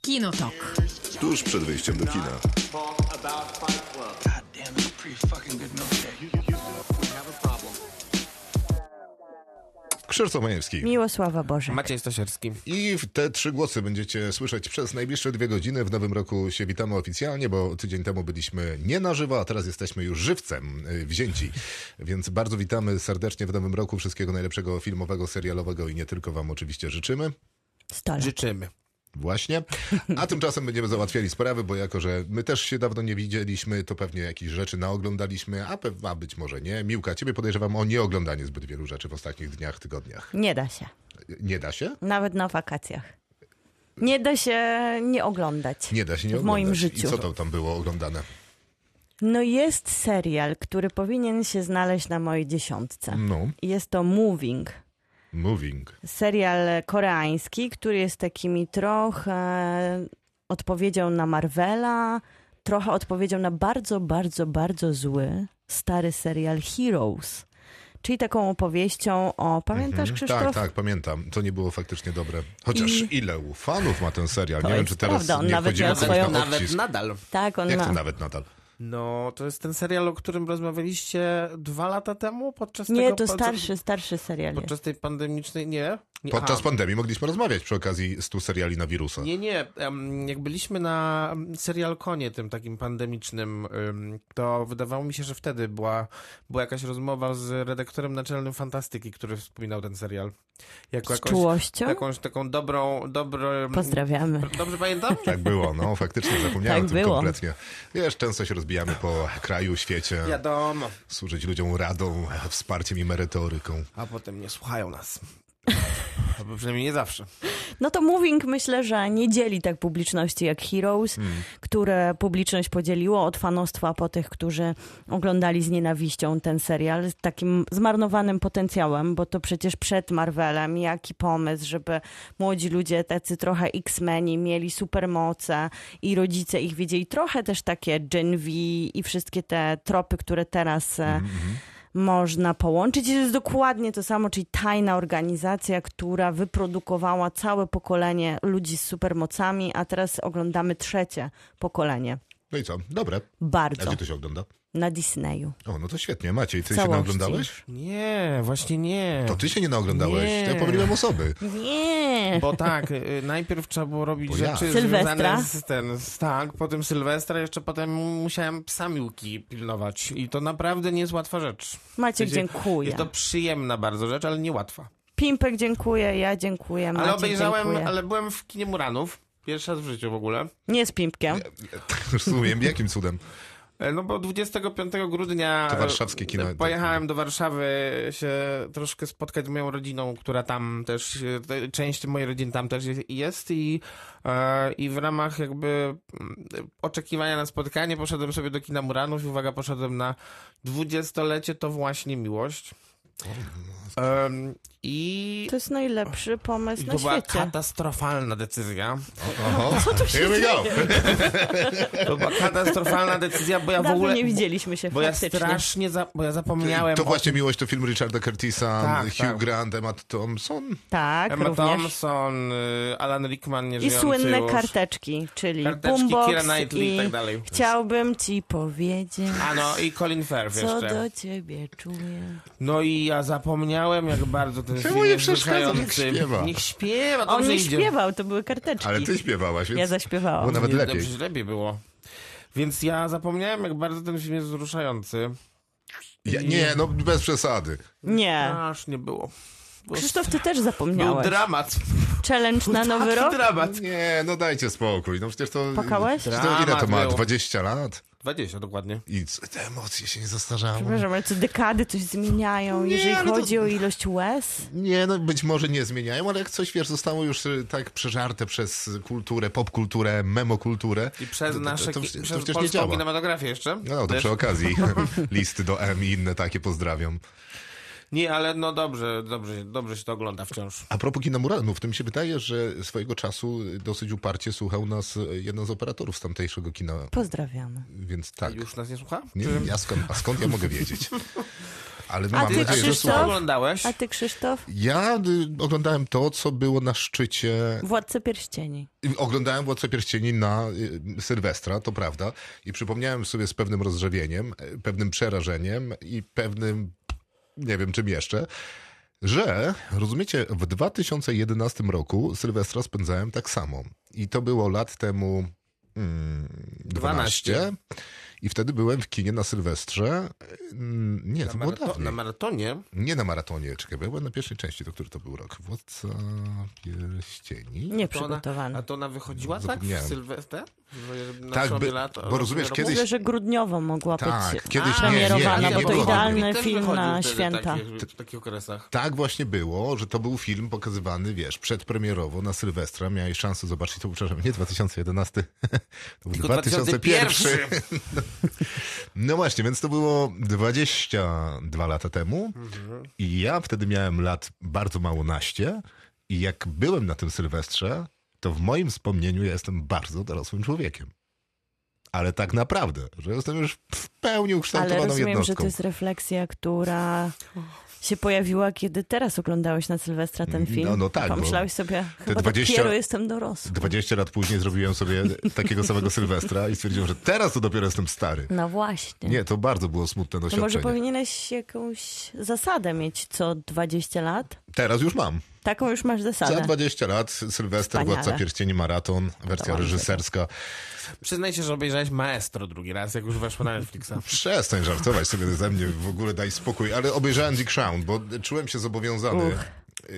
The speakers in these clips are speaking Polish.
Kinotok. Tuż przed wyjściem do kina. God damn, it's a pretty fucking good milkshake. We have a problem. Krzysztof Majewski. Miłosława Boże. Maciej Stosierski. I w te trzy głosy będziecie słyszeć przez najbliższe dwie godziny. W nowym roku się witamy oficjalnie, bo tydzień temu byliśmy nie na żywo, a teraz jesteśmy już żywcem y, wzięci. Więc bardzo witamy serdecznie w nowym roku. Wszystkiego najlepszego filmowego, serialowego i nie tylko Wam oczywiście życzymy. Stole. Życzymy. Właśnie. A tymczasem będziemy załatwiali sprawy, bo jako, że my też się dawno nie widzieliśmy, to pewnie jakieś rzeczy naoglądaliśmy, a, pew- a być może nie. Miłka, ciebie podejrzewam o nieoglądanie zbyt wielu rzeczy w ostatnich dniach, tygodniach. Nie da się. Nie da się? Nawet na wakacjach. Nie da się nie oglądać. Nie da się nie W oglądać. moim I życiu. co to tam było oglądane? No jest serial, który powinien się znaleźć na mojej dziesiątce. No, Jest to Moving. moving. Serial koreański, który jest takimi trochę odpowiedzią na Marvela, trochę odpowiedzią na bardzo, bardzo, bardzo zły stary serial Heroes. Czyli taką opowieścią o. Pamiętasz, Krzysztof? Tak, tak, pamiętam. To nie było faktycznie dobre. Chociaż I- ile u fanów ma ten serial? To Nie wiem, jest czy teraz prawda, on nie nawet wchodzimy miał komuś swoją- na Nawet odcisk. nadal. Tak, on Jak ma. to nawet nadal? No, to jest ten serial, o którym rozmawialiście dwa lata temu podczas Nie, tego... to podczas- starszy, starszy serial. jest. Podczas tej pandemicznej... Nie? nie Podczas a, pandemii mogliśmy rozmawiać przy okazji 100 seriali na wirusa. Nie, nie. em, Jak byliśmy na serialkonie tym takim pandemicznym, ym, to wydawało mi się, że wtedy była, była jakaś rozmowa z redaktorem naczelnym Fantastyki, który wspominał ten serial. Jako Z czułością? jakąś taką dobrą... dobrą Pozdrawiamy. Dobrze pamiętam? Tak było, no faktycznie zapomniałem Tak o tym było. kompletnie. Wiesz, często się rozbijamy po kraju, świecie, Wiadomo. służyć ludziom radą, wsparciem i merytoryką. A potem nie słuchają nas. Albo przynajmniej nie zawsze. No to Moving myślę, że nie dzieli tak publiczności jak Heroes, które publiczność podzieliło od fanostwa po tych, którzy oglądali z nienawiścią ten serial, z takim zmarnowanym potencjałem, bo to przecież przed Marvelem jaki pomysł, żeby młodzi ludzie, tacy trochę X-meni, mieli supermoce i rodzice ich wiedzieli trochę też takie Gen V i wszystkie te tropy, które teraz... e, można połączyć. I to jest dokładnie to samo, czyli tajna organizacja, która wyprodukowała całe pokolenie ludzi z supermocami, a teraz oglądamy trzecie pokolenie. No i co? Dobre. A Bardzo. Znaczy, gdzie to się ogląda? Na Disneyu. O, no to świetnie. Maciej, ty W się całości. naoglądałeś? Nie, właśnie nie. To ty się nie naoglądałeś. Nie. To ja pomyliłem osoby. Nie! Bo tak, y, najpierw trzeba było robić Bo ja. rzeczy Sylwestra. związane z ten, z, tak, potem Sylwestra, jeszcze potem musiałem psa Miłki pilnować i to naprawdę nie jest łatwa rzecz. Maciek, W sensie, dziękuję. Jest to przyjemna bardzo rzecz, ale niełatwa. Pimpek, dziękuję, ja dziękuję, Maciek, Ale obejrzałem, dziękuję. ale byłem w kinie Muranów, pierwszy raz w życiu w ogóle. Nie z Pimpkiem. W sumie, jakim cudem? E, No bo 25 grudnia To warszawskie kino. e, pojechałem do Warszawy się troszkę spotkać z moją rodziną, która tam też, e, te- część mojej rodziny tam też je- jest i, e, i w ramach jakby mm, oczekiwania na spotkanie poszedłem sobie do kina Muranów i uwaga, poszedłem na dwudziestolecie to właśnie miłość. Em, I To jest najlepszy pomysł i na to była świecie. katastrofalna decyzja. No, Oho, here we go. To była katastrofalna decyzja, bo ja w Dawno ogóle... nie widzieliśmy się Bo ja faktycznie. strasznie, za, bo ja zapomniałem To o właśnie miłość to film Richarda Curtisa, Tak, Hugh tak. Grant, Emma Thompson. Tak, Emma również. Thompson, y, Alan Rickman, nie I żyjący słynne już. karteczki, czyli Karteczki, boombox Keira Knightley i tak dalej. Chciałbym ci powiedzieć, A no i Colin Firth co jeszcze. do ciebie czuję. No i ja zapomniałem, jak bardzo ten film mu nie jest przeszkadza, niech wzruszający. śpiewa. Niech śpiewa, On dobrze nie idzie. śpiewał, to były karteczki. Ale ty śpiewałaś, więc Ja było zaśpiewałam. nawet Nie, lepiej. Dobrze, lepiej było. Więc ja zapomniałem, jak bardzo ten film jest wzruszający. Ja, nie, no bez przesady. Nie. No, Aż nie było. Było E. Krzysztof, ty też Był zapomniałeś. dramat. Challenge na nowy Taki rok? dramat. Nie, no dajcie spokój. No przecież to... Płakałeś? Przecież to ile to Dramat ma? był. 20 lat? 20 dokładnie. I c- te emocje się nie zastarzały. Przepraszam, ale co dekady coś zmieniają, Nie, no jeżeli ale to- chodzi o ilość łez? Nie, no być może nie zmieniają, ale jak coś, wiesz, zostało już y, tak przeżarte przez kulturę, popkulturę, memokulturę. I przez to, nasze, to, to, ki- to, przez przecież nie polską działa. kinematografię jeszcze. No, to Też. przy okazji listy do M i inne takie pozdrawiam. Nie, ale no dobrze, dobrze, dobrze się to ogląda wciąż. A propos kina Muranów, to mi się wydaje, że swojego czasu dosyć uparcie słuchał nas y, jeden z operatorów z tamtejszego kina, Pozdrawiamy. więc tak. Już nas nie słucha? Nie, wiem, ja skąd, a skąd ja mogę wiedzieć? Ale A mam ty, nadzieję, że Krzysztof? słuchasz. oglądałeś? A ty, Krzysztof? Ja y, oglądałem to, co było na szczycie. y, Władcy Pierścieni. Oglądałem Władcę Pierścieni na y, Sylwestra, to prawda. I przypomniałem sobie z pewnym rozrzewieniem, y, pewnym przerażeniem i pewnym, nie wiem czym jeszcze, że, rozumiecie, w 2011 roku Sylwestra spędzałem tak samo. I to było lat temu mm, 12. 12. I wtedy byłem w kinie na Sylwestrze. Mm, Nie, to na, było marato- na dawniej. maratonie? Nie na maratonie, czekaj, bo ja byłem na pierwszej części, to który to był rok? Władca Pierścieni? Ona, Nieprzygotowany. a to ona wychodziła tak w No, Zapomniałem. Sylwester? Że Na Tak, przełomie by- lat, bo rozumiesz, roku? kiedyś- Myślę, że grudniowo mogła być Tak, kiedyś A, nie, nie, premierowana, nie, bo to nie, idealny Też film wychodził na wtedy święta. Taki, w takich okresach. Tak właśnie było, że to był film pokazywany, wiesz, przedpremierowo na Sylwestra. Miałeś szansę zobaczyć, to był, przepraszam, nie 2011, to był Tylko 2001. 2001. No właśnie, więc to było 22 lata temu i ja wtedy miałem lat bardzo mało naście i jak byłem na tym Sylwestrze, to w moim wspomnieniu ja jestem bardzo dorosłym człowiekiem. Ale tak naprawdę, że jestem już w pełni ukształtowaną Ale rozumiem, jednostką. że to jest refleksja, która się pojawiła, kiedy teraz oglądałeś na Sylwestra ten film. No, no tak, bo Pomyślałeś sobie, chyba 20 dopiero jestem dorosły. 20 lat później zrobiłem sobie takiego samego Sylwestra i stwierdziłem, że teraz to dopiero jestem stary. No właśnie. Nie, to bardzo było smutne to może doświadczenie. powinieneś jakąś zasadę mieć co 20 lat? Teraz już mam. Taką już masz Za zasadę. 20 lat Sylwester, Wspaniale. Władca Pierścieni, Maraton, wersja mam reżyserska. Przyznaj się, że obejrzałeś Maestro drugi raz, jak już weszło na Netflixa. No, Przestań żartować sobie ze mnie, w ogóle daj spokój. Ale obejrzałem Dick Crown, bo czułem się zobowiązany Uch.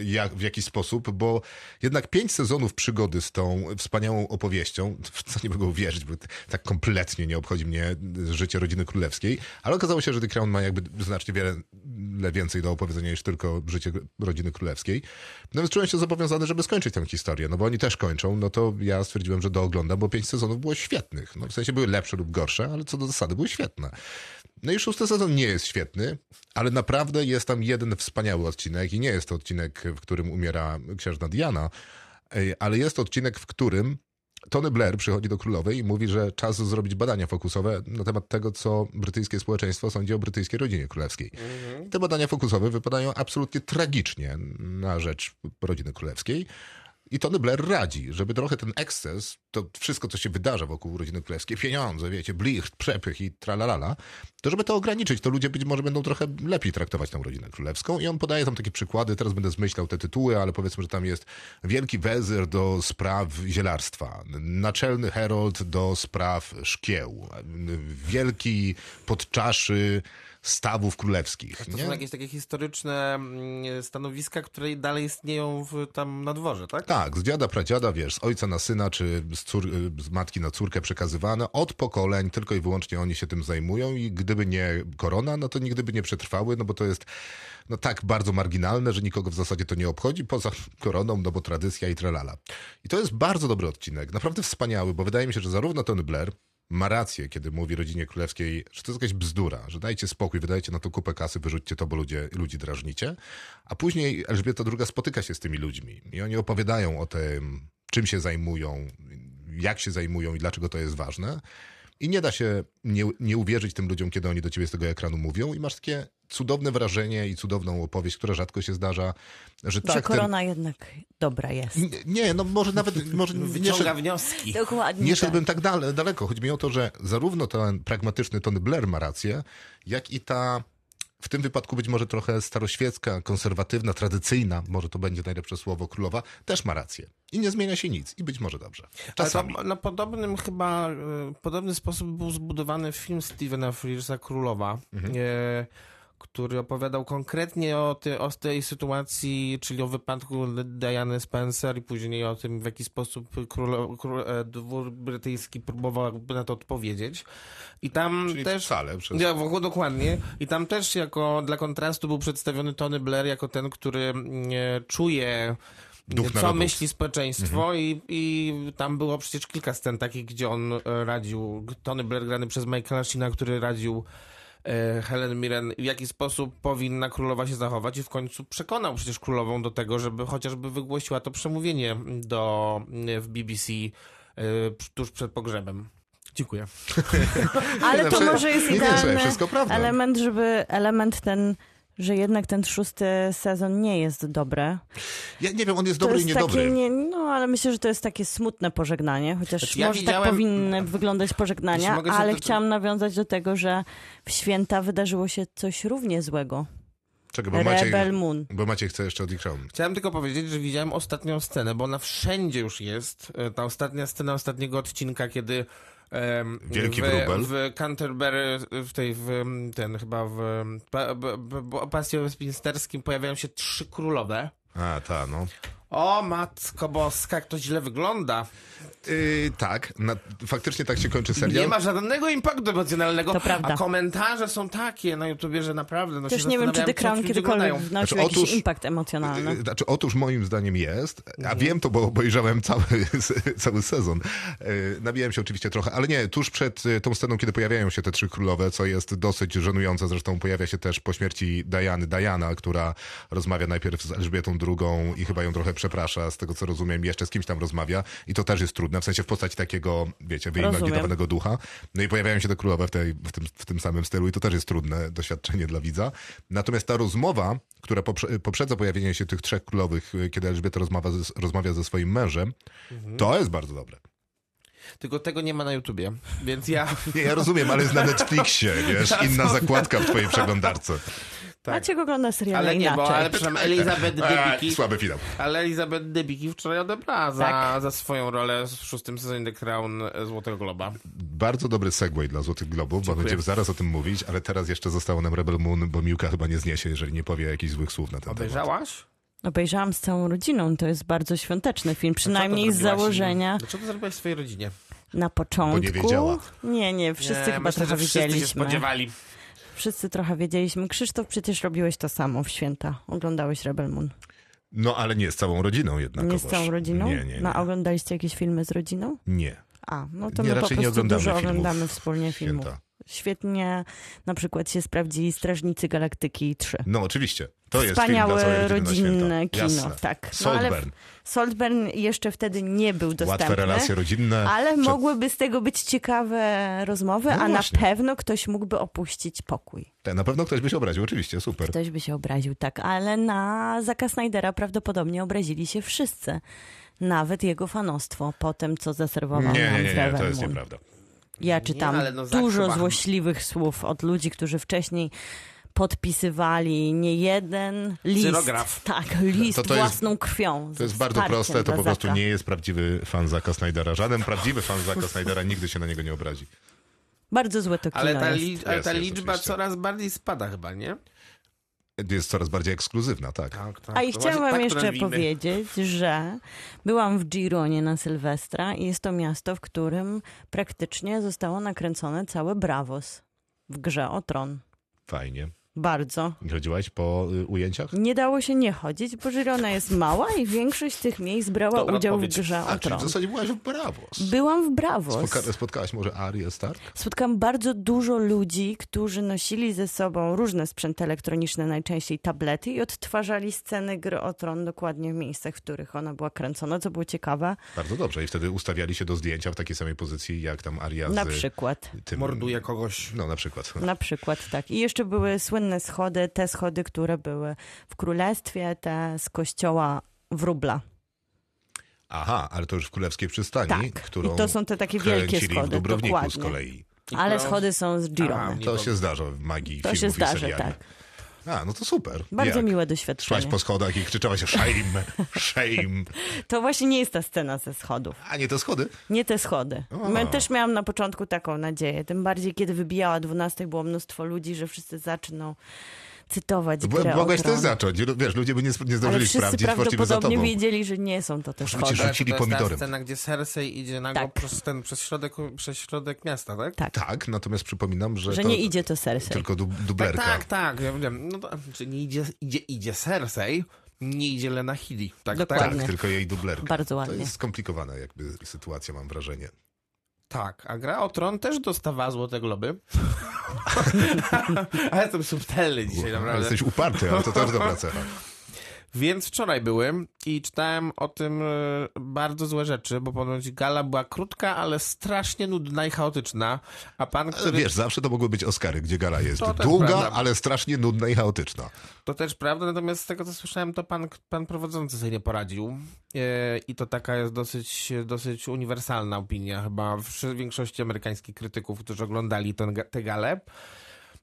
jak, w jakiś sposób, bo jednak pięć sezonów przygody z tą wspaniałą opowieścią, w co nie mogę uwierzyć, bo t- tak kompletnie nie obchodzi mnie życie rodziny królewskiej, ale okazało się, że The Crown ma jakby znacznie wiele le- więcej do opowiedzenia niż tylko życie rodziny królewskiej. No więc czułem się zobowiązany, żeby skończyć tę historię, no bo oni też kończą, no to ja stwierdziłem, że dooglądam, bo pięć sezonów było świetnych. No w sensie były lepsze lub gorsze, ale co do zasady były świetne. No i szósty sezon nie jest świetny, ale naprawdę jest tam jeden wspaniały odcinek i nie jest to odcinek, w którym umiera księżna Diana, ej, ale jest to odcinek, w którym Tony Blair przychodzi do królowej i mówi, że czas zrobić badania fokusowe na temat tego, co brytyjskie społeczeństwo sądzi o brytyjskiej rodzinie królewskiej. Te badania fokusowe wypadają absolutnie tragicznie na rzecz rodziny królewskiej. I Tony Blair radzi, żeby trochę ten eksces, to wszystko, co się wydarza wokół rodziny królewskiej, pieniądze, wiecie, blicht, przepych i tralalala, to żeby to ograniczyć, to ludzie być może będą trochę lepiej traktować tą rodzinę królewską. I on podaje tam takie przykłady, teraz będę zmyślał te tytuły, ale powiedzmy, że tam jest wielki wezyr do spraw zielarstwa, naczelny herold do spraw szkieł, wielki podczaszy stawów królewskich. To nie? są jakieś takie historyczne mm, stanowiska, które dalej istnieją w, tam na dworze, tak? Tak, z dziada, pradziada, wiesz, z ojca na syna, czy z, cór- z matki na córkę przekazywane od pokoleń, tylko i wyłącznie oni się tym zajmują i gdyby nie korona, no to nigdy by nie przetrwały, no bo to jest no tak bardzo marginalne, że nikogo w zasadzie to nie obchodzi, poza koroną, no bo tradycja i tralala. I to jest bardzo dobry odcinek, naprawdę wspaniały, bo wydaje mi się, że zarówno Tony Blair, ma rację, kiedy mówi rodzinie królewskiej, że to jest jakaś bzdura, że dajcie spokój, wydajcie na to kupę kasy, wyrzućcie to, bo ludzie, ludzi drażnicie. A później Elżbieta II spotyka się z tymi ludźmi i oni opowiadają o tym, czym się zajmują, jak się zajmują i dlaczego to jest ważne. I nie da się nie, nie uwierzyć tym ludziom, kiedy oni do ciebie z tego ekranu mówią i masz takie cudowne wrażenie i cudowną opowieść, która rzadko się zdarza, że że tak... ten- korona jednak dobra jest. Nie, Nie, no może nawet... Może nie, Wyciąga szed- wnioski. Dokładnie. nie tak. szedłbym tak dale, daleko. Chodzi mi o to, że zarówno ten pragmatyczny Tony Blair ma rację, jak i ta w tym wypadku być może trochę staroświecka, konserwatywna, tradycyjna, może to będzie najlepsze słowo, królowa, też ma rację. I nie zmienia się nic. I być może dobrze. Ale to Czasami. na podobnym chyba, e, podobny sposób był zbudowany film Stevena Frearsa Królowa, e, który opowiadał konkretnie o, ty, o tej sytuacji, czyli o wypadku Diany Spencer i później o tym, w jaki sposób królo, kró, e, dwór brytyjski próbował jakby na to odpowiedzieć. I tam Czyli też... wcale przez... Ja, w ogóle dokładnie. I tam też jako dla kontrastu był przedstawiony Tony Blair jako ten, który mm, e, czuje Duch co narodów. myśli społeczeństwo i, i tam było przecież kilka scen takich, gdzie on e, radził, Tony Blair grany przez Michaela Sheena, który radził e, Helen Mirren, w jaki sposób powinna królowa się zachować i w końcu przekonał przecież królową do tego, żeby chociażby wygłosiła to przemówienie do, w BBC e, tuż przed pogrzebem. Dziękuję. Ale to Znaczy, może jest nie wierzę, idealny wszystko prawda. element, żeby element ten że jednak ten szósty sezon nie jest dobry. Ja nie wiem, on jest dobry to i jest niedobry. takie, nie, no ale myślę, że to jest takie smutne pożegnanie, chociaż Znaczy, ja może widziałem- tak powinny wyglądać Jeśli pożegnania, mogę się ale do- chciałam nawiązać do tego, że w święta wydarzyło się coś równie złego. Czego, bo Maciek, Rebel Moon. bo Maciek chce jeszcze od ich Crown. Chciałem tylko powiedzieć, że widziałem ostatnią scenę, bo ona wszędzie już jest. E, Ta ostatnia scena ostatniego odcinka, kiedy em, Wielki w, wróbel. w Canterbury, w tej, w, em, ten chyba w em, pa, b, b, b, Pasji Westminsterskim pojawiają się trzy królowe. A, ta, no. O matko boska, jak to źle wygląda. Yy, tak, na, faktycznie tak się kończy serial. Nie ma żadnego impaktu emocjonalnego, To prawda. a komentarze są takie na YouTubie, że naprawdę... No Też się nie wiem, czy The zastanawiałem, Crown jak ludzie kiedykolwiek oglądają. wnosił Znaczy, jakiś otóż- impact emocjonalny. Yy, Znaczy, otóż moim zdaniem jest, a wiem to, bo obejrzałem cały, cały sezon. Yy, Nabijałem się oczywiście trochę, ale nie, tuż przed y, tą sceną, kiedy pojawiają się te trzy królowe, co jest dosyć żenujące, zresztą pojawia się też po śmierci Diany, Diana, która rozmawia najpierw z Elżbietą II i chyba ją trochę przeprasza, z tego co rozumiem, jeszcze z kimś tam rozmawia i to też jest trudne, w sensie w postaci takiego, wiecie, wyimaginowanego ducha. No i pojawiają się te królowe w, tej, w, tym, w tym samym stylu i to też jest trudne doświadczenie dla widza. Natomiast ta rozmowa, która poprze- poprzedza pojawienie się tych trzech królowych, y, kiedy Elżbieta rozmawia ze, rozmawia ze swoim mężem, to jest bardzo dobre. Tylko tego nie ma na YouTubie, więc ja... Nie, ja rozumiem, ale jest na Netflixie, wiesz, inna zakładka w twojej przeglądarce. Tak. Maciek ogląda seriale Ale nie, inaczej. bo ale przepraszam, Elizabeth Eee, Debicki, słaby finał. ale Elizabeth Debicki wczoraj odebrała za, Tak. za swoją rolę w szóstym sezonie The Crown e, Złotego Globa. Bardzo dobry segway dla Złotych Globów, bo Dziękuję. będziemy zaraz o tym mówić, ale teraz jeszcze zostało nam Rebel Moon, bo Miłka chyba nie zniesie, jeżeli nie powie jakichś złych słów na ten temat. Obejrzałaś? Obejrzałam z całą rodziną, to jest bardzo świąteczny film, przynajmniej Co z to zrobiłaś? założenia Dlaczego to zrobiłaś w swojej rodzinie? na początku. wiedziała. nie, nie, wszyscy nie, chyba myślę, trochę że wszyscy się wiedzieliśmy. spodziewali. Wszyscy trochę wiedzieliśmy. Krzysztof, przecież robiłeś to samo w święta. Oglądałeś Rebel Moon. No ale nie z całą rodziną jednakowoż. nie z całą rodziną? Nie, nie, nie. No, a oglądaliście jakieś filmy z rodziną? nie. A, no to Nie, my po raczej nie prostu oglądamy dużo filmów oglądamy wspólnie w filmów. święta. Świetnie na przykład się sprawdzili Strażnicy Galaktyki 3. No oczywiście. To jest film dla Wspaniałe całej rodziny na rodzinne święta. kino, Jasne. tak. No, ale Saltburn. Saltburn jeszcze wtedy nie był dostępny. Łatwe relacje rodzinne. Ale Prze- mogłyby z tego być ciekawe rozmowy, No a właśnie. na pewno ktoś mógłby opuścić pokój. Te- Na pewno ktoś by się obraził, oczywiście, super. Ktoś by się obraził, tak, ale na Zaka Snydera prawdopodobnie obrazili się wszyscy. Nawet jego fanostwo po tym, co zaserwował Nie, nie, nam nie, nie, Trevor to jest Moon. nieprawda. Ja Nie, czytam ale no Zak dużo chyba- złośliwych słów od ludzi, którzy wcześniej podpisywali nie jeden list. Cyrograf. Tak, list To- to jest- własną krwią. To ze jest bardzo wsparciem proste, to dla po prostu Zaka. nie jest prawdziwy fan Zaka Snydera. Żaden prawdziwy fan Zaka Snydera nigdy się na niego nie obrazi. Bardzo złe to kino Ale ta, jest. li, ale Jest, ta jest, liczba oczywiście. coraz bardziej spada chyba, nie? Jest coraz bardziej ekskluzywna, tak. Tak, tak. A i To właśnie chciałam tak wam jeszcze robimy. powiedzieć, że byłam w Gironie na Sylwestra i jest to miasto, w którym praktycznie zostało nakręcone całe Bravos w grze o tron. Fajnie. Bardzo. Chodziłaś po y, ujęciach? Nie dało się nie chodzić, bo Girona jest mała i większość tych miejsc brała Dobra udział odpowiedź. w grze A, o czyli tron. w zasadzie byłaś w Bravos. Byłam w Bravos. Spotka- spotkałaś może Arię Stark? Spotkałam bardzo dużo ludzi, którzy nosili ze sobą różne sprzęty elektroniczne, najczęściej tablety i odtwarzali sceny gry o tron dokładnie w miejscach, w których ona była kręcona, co było ciekawe. Bardzo dobrze. I wtedy ustawiali się do zdjęcia w takiej samej pozycji, jak tam Aria z Na przykład. tym... Morduje kogoś. No, na przykład. Na przykład tak. I jeszcze były słynne schody, te schody, które były w królestwie, te z kościoła wróbla. Aha, ale to już w Królewskiej Przystani, Tak. którą I to są te takie kręcili wielkie w schody. Dąbrowniku Dokładnie. z kolei. Ale Pro- schody są z Aha, Girony. nie To powiem. się zdarza w magii To się filmów i zdarzy, seriali. tak. A, no to super. Bardzo Jak? miłe Szłaś doświadczenie. po schodach i krzyczałaś shame, shame. To właśnie nie jest ta scena ze schodów. A nie te schody? Nie te schody. Ja też miałam na początku taką nadzieję. Tym bardziej, kiedy wybijała 12, było mnóstwo ludzi, że wszyscy zaczną cytować Bo, grę mogłeś o tron. też zacząć. Wiesz, ludzie by nie, sp- nie Ale zdążyli wszyscy sprawdzić, poszliby za prawdopodobnie tobą. wiedzieli, że nie są to te Może być schody. że- Rzucili to jest ta pomidorem. scena, gdzie Cersei idzie nago Tak. przez, ten, przez, środek, przez środek miasta, tak? Tak. Tak, natomiast przypominam, że, Że to nie idzie to Cersei. tylko du- Tak, dublerka. tak, tak, ja wiem. No to, czy nie idzie, idzie, idzie Cersei, nie idzie Lena Headey. Tak, tak, Dokładnie. Tak, tylko jej dublerka. Bardzo To ładnie. jest skomplikowana jakby sytuacja, mam wrażenie. tak. A gra o Tron też dostawała Złote Globy. Ale jestem subtelny dzisiaj, Kurwa, naprawdę. Jesteś uparty, ale to też dobra cecha. Więc wczoraj były i czytałem o tym e, bardzo złe rzeczy, bo ponoć gala była krótka, ale strasznie nudna i chaotyczna. A pan, Ale który Znaczy, Wiesz, zawsze to mogły być Oscary, gdzie gala jest To też długa, prawda. ale strasznie nudna i chaotyczna. To też prawda, natomiast z tego co słyszałem, to pan, pan prowadzący sobie nie poradził. E, I to taka jest dosyć, dosyć uniwersalna opinia chyba wszy- większości amerykańskich krytyków, którzy oglądali tę ga- tę galę.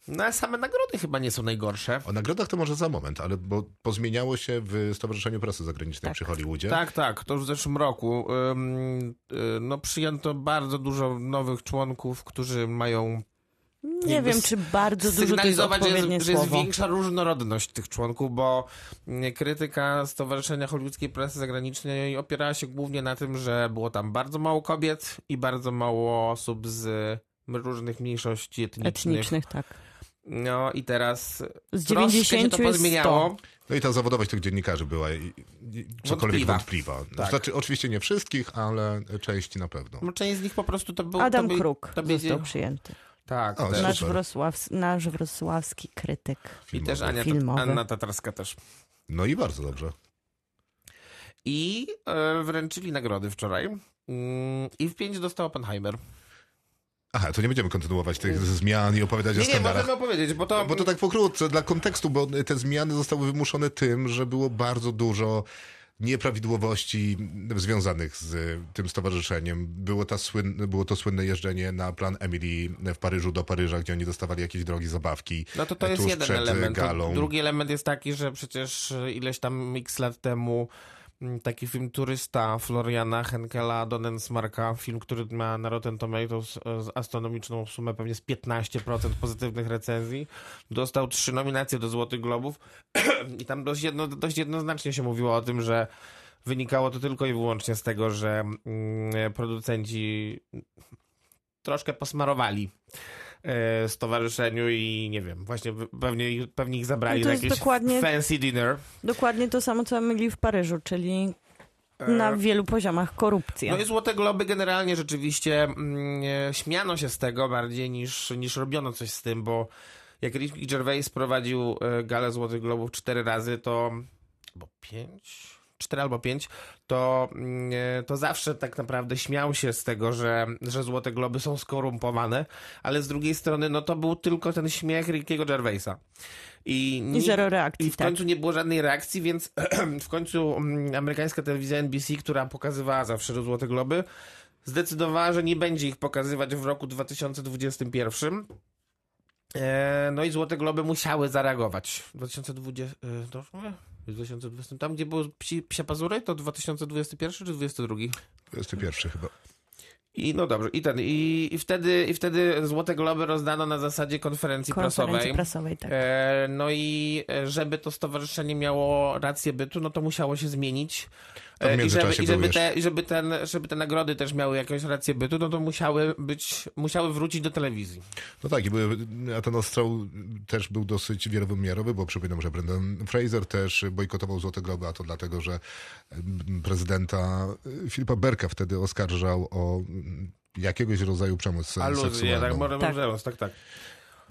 No a same nagrody chyba nie są najgorsze. O nagrodach to może za moment, ale bo pozmieniało się w Stowarzyszeniu Prasy Zagranicznej przy Hollywoodzie. Tak, tak, to już w zeszłym roku. Ym, y, no przyjęto bardzo dużo nowych członków, którzy mają Nie Jakby wiem, czy bardzo dużo to jest sygnalizować, że odpowiednie jest, że jest słowo. większa różnorodność tych członków, bo mm, krytyka Stowarzyszenia Hollywoodzkiej Prasy Zagranicznej opierała się głównie na tym, że było tam bardzo mało kobiet i bardzo mało osób z różnych mniejszości etnicznych. Etnicznych, tak. No i teraz Z troszkę się 90 to jest 100. pozmieniało. No i ta zawodowość tych dziennikarzy była i, i, cokolwiek Wątpliwa. wątpliwa. Tak. Znaczy, oczywiście nie wszystkich, ale części na pewno. No, Część z nich po prostu to był... to Adam by, Kruk to by- został przyjęty. Tak, O, też. super. Nasz, wrocławs, nasz wrocławski krytyk. I Filmowy. też Ania, Filmowy. Anna Tatarska też. No i bardzo dobrze. I e, wręczyli nagrody wczoraj. Mm, I w pięć dostał Oppenheimer. Aha, to nie będziemy kontynuować tych zmian i opowiadać o Nie, nie, standardach. możemy opowiedzieć, bo to... Bo to tak pokrótce, dla kontekstu, bo te zmiany zostały wymuszone tym, że było bardzo dużo nieprawidłowości związanych z tym stowarzyszeniem. Było, ta słyn, było to słynne jeżdżenie na plan Emily w Paryżu do Paryża, gdzie oni dostawali jakieś drogie zabawki. No to to jest tuż jeden przed y, element. galą. Drugi element jest taki, że przecież ileś tam x lat temu mm, taki film Turysta Floriana Henkela Donensmarka, film, który ma na Rotten Tomatoes e, z astronomiczną sumę pewnie z 15% pozytywnych recenzji, dostał trzy nominacje do Złotych Globów i tam dość, jedno, dość jednoznacznie się mówiło o tym, że wynikało to tylko i wyłącznie z tego, że mm, producenci troszkę posmarowali e, stowarzyszeniu i nie wiem, właśnie w- pewnie, pewnie ich zabrali No to na jest jakieś dokładnie- fancy dinner. Dokładnie to samo, co Emily w Paryżu, czyli na wielu poziomach korupcja. E, No i Złote Globy generalnie rzeczywiście mm, e, śmiano się z tego bardziej niż, niż robiono coś z tym, bo jak Ricky Gervais prowadził e, galę Złotych Globów cztery razy, to... bo pięć? Cztery albo pięć, to, mm, e, to zawsze tak naprawdę śmiał się z tego, że, że Złote Globy są skorumpowane, ale z drugiej strony no to był tylko ten śmiech Rickiego Gervaisa. I, I nikt- zero reakcji, i w tak. końcu nie było żadnej reakcji, więc w końcu mm, amerykańska telewizja NBC, która pokazywała zawsze Złote Globy, zdecydowała, że nie będzie ich pokazywać w roku 2021. E, No i Złote Globy musiały zareagować. 2020, e, dobrze? W 2020, tam gdzie były psi, psie pazury, to 2021 czy 2022? 21 chyba. I no dobrze, i ten, i, i, wtedy, i wtedy Złote Globy rozdano na zasadzie konferencji, Konferencji prasowej. prasowej, tak. E, No i e, żeby to stowarzyszenie miało rację bytu, no to musiało się zmienić. To w E, I żeby, międzyczasie i żeby, były te, i żeby, ten, żeby te nagrody też miały jakąś rację bytu, no to musiały być, musiały wrócić do telewizji. No tak, i były, a ten ostrzał też był dosyć wielowymiarowy, bo przypominam, że Brendan Fraser też bojkotował Złote Globy, a to dlatego, że mm, prezydenta y, Filipa Berka wtedy oskarżał o mm, jakiegoś rodzaju przemoc se- Aluzje, tak, seksualną. może Tak. tak. tak, tak.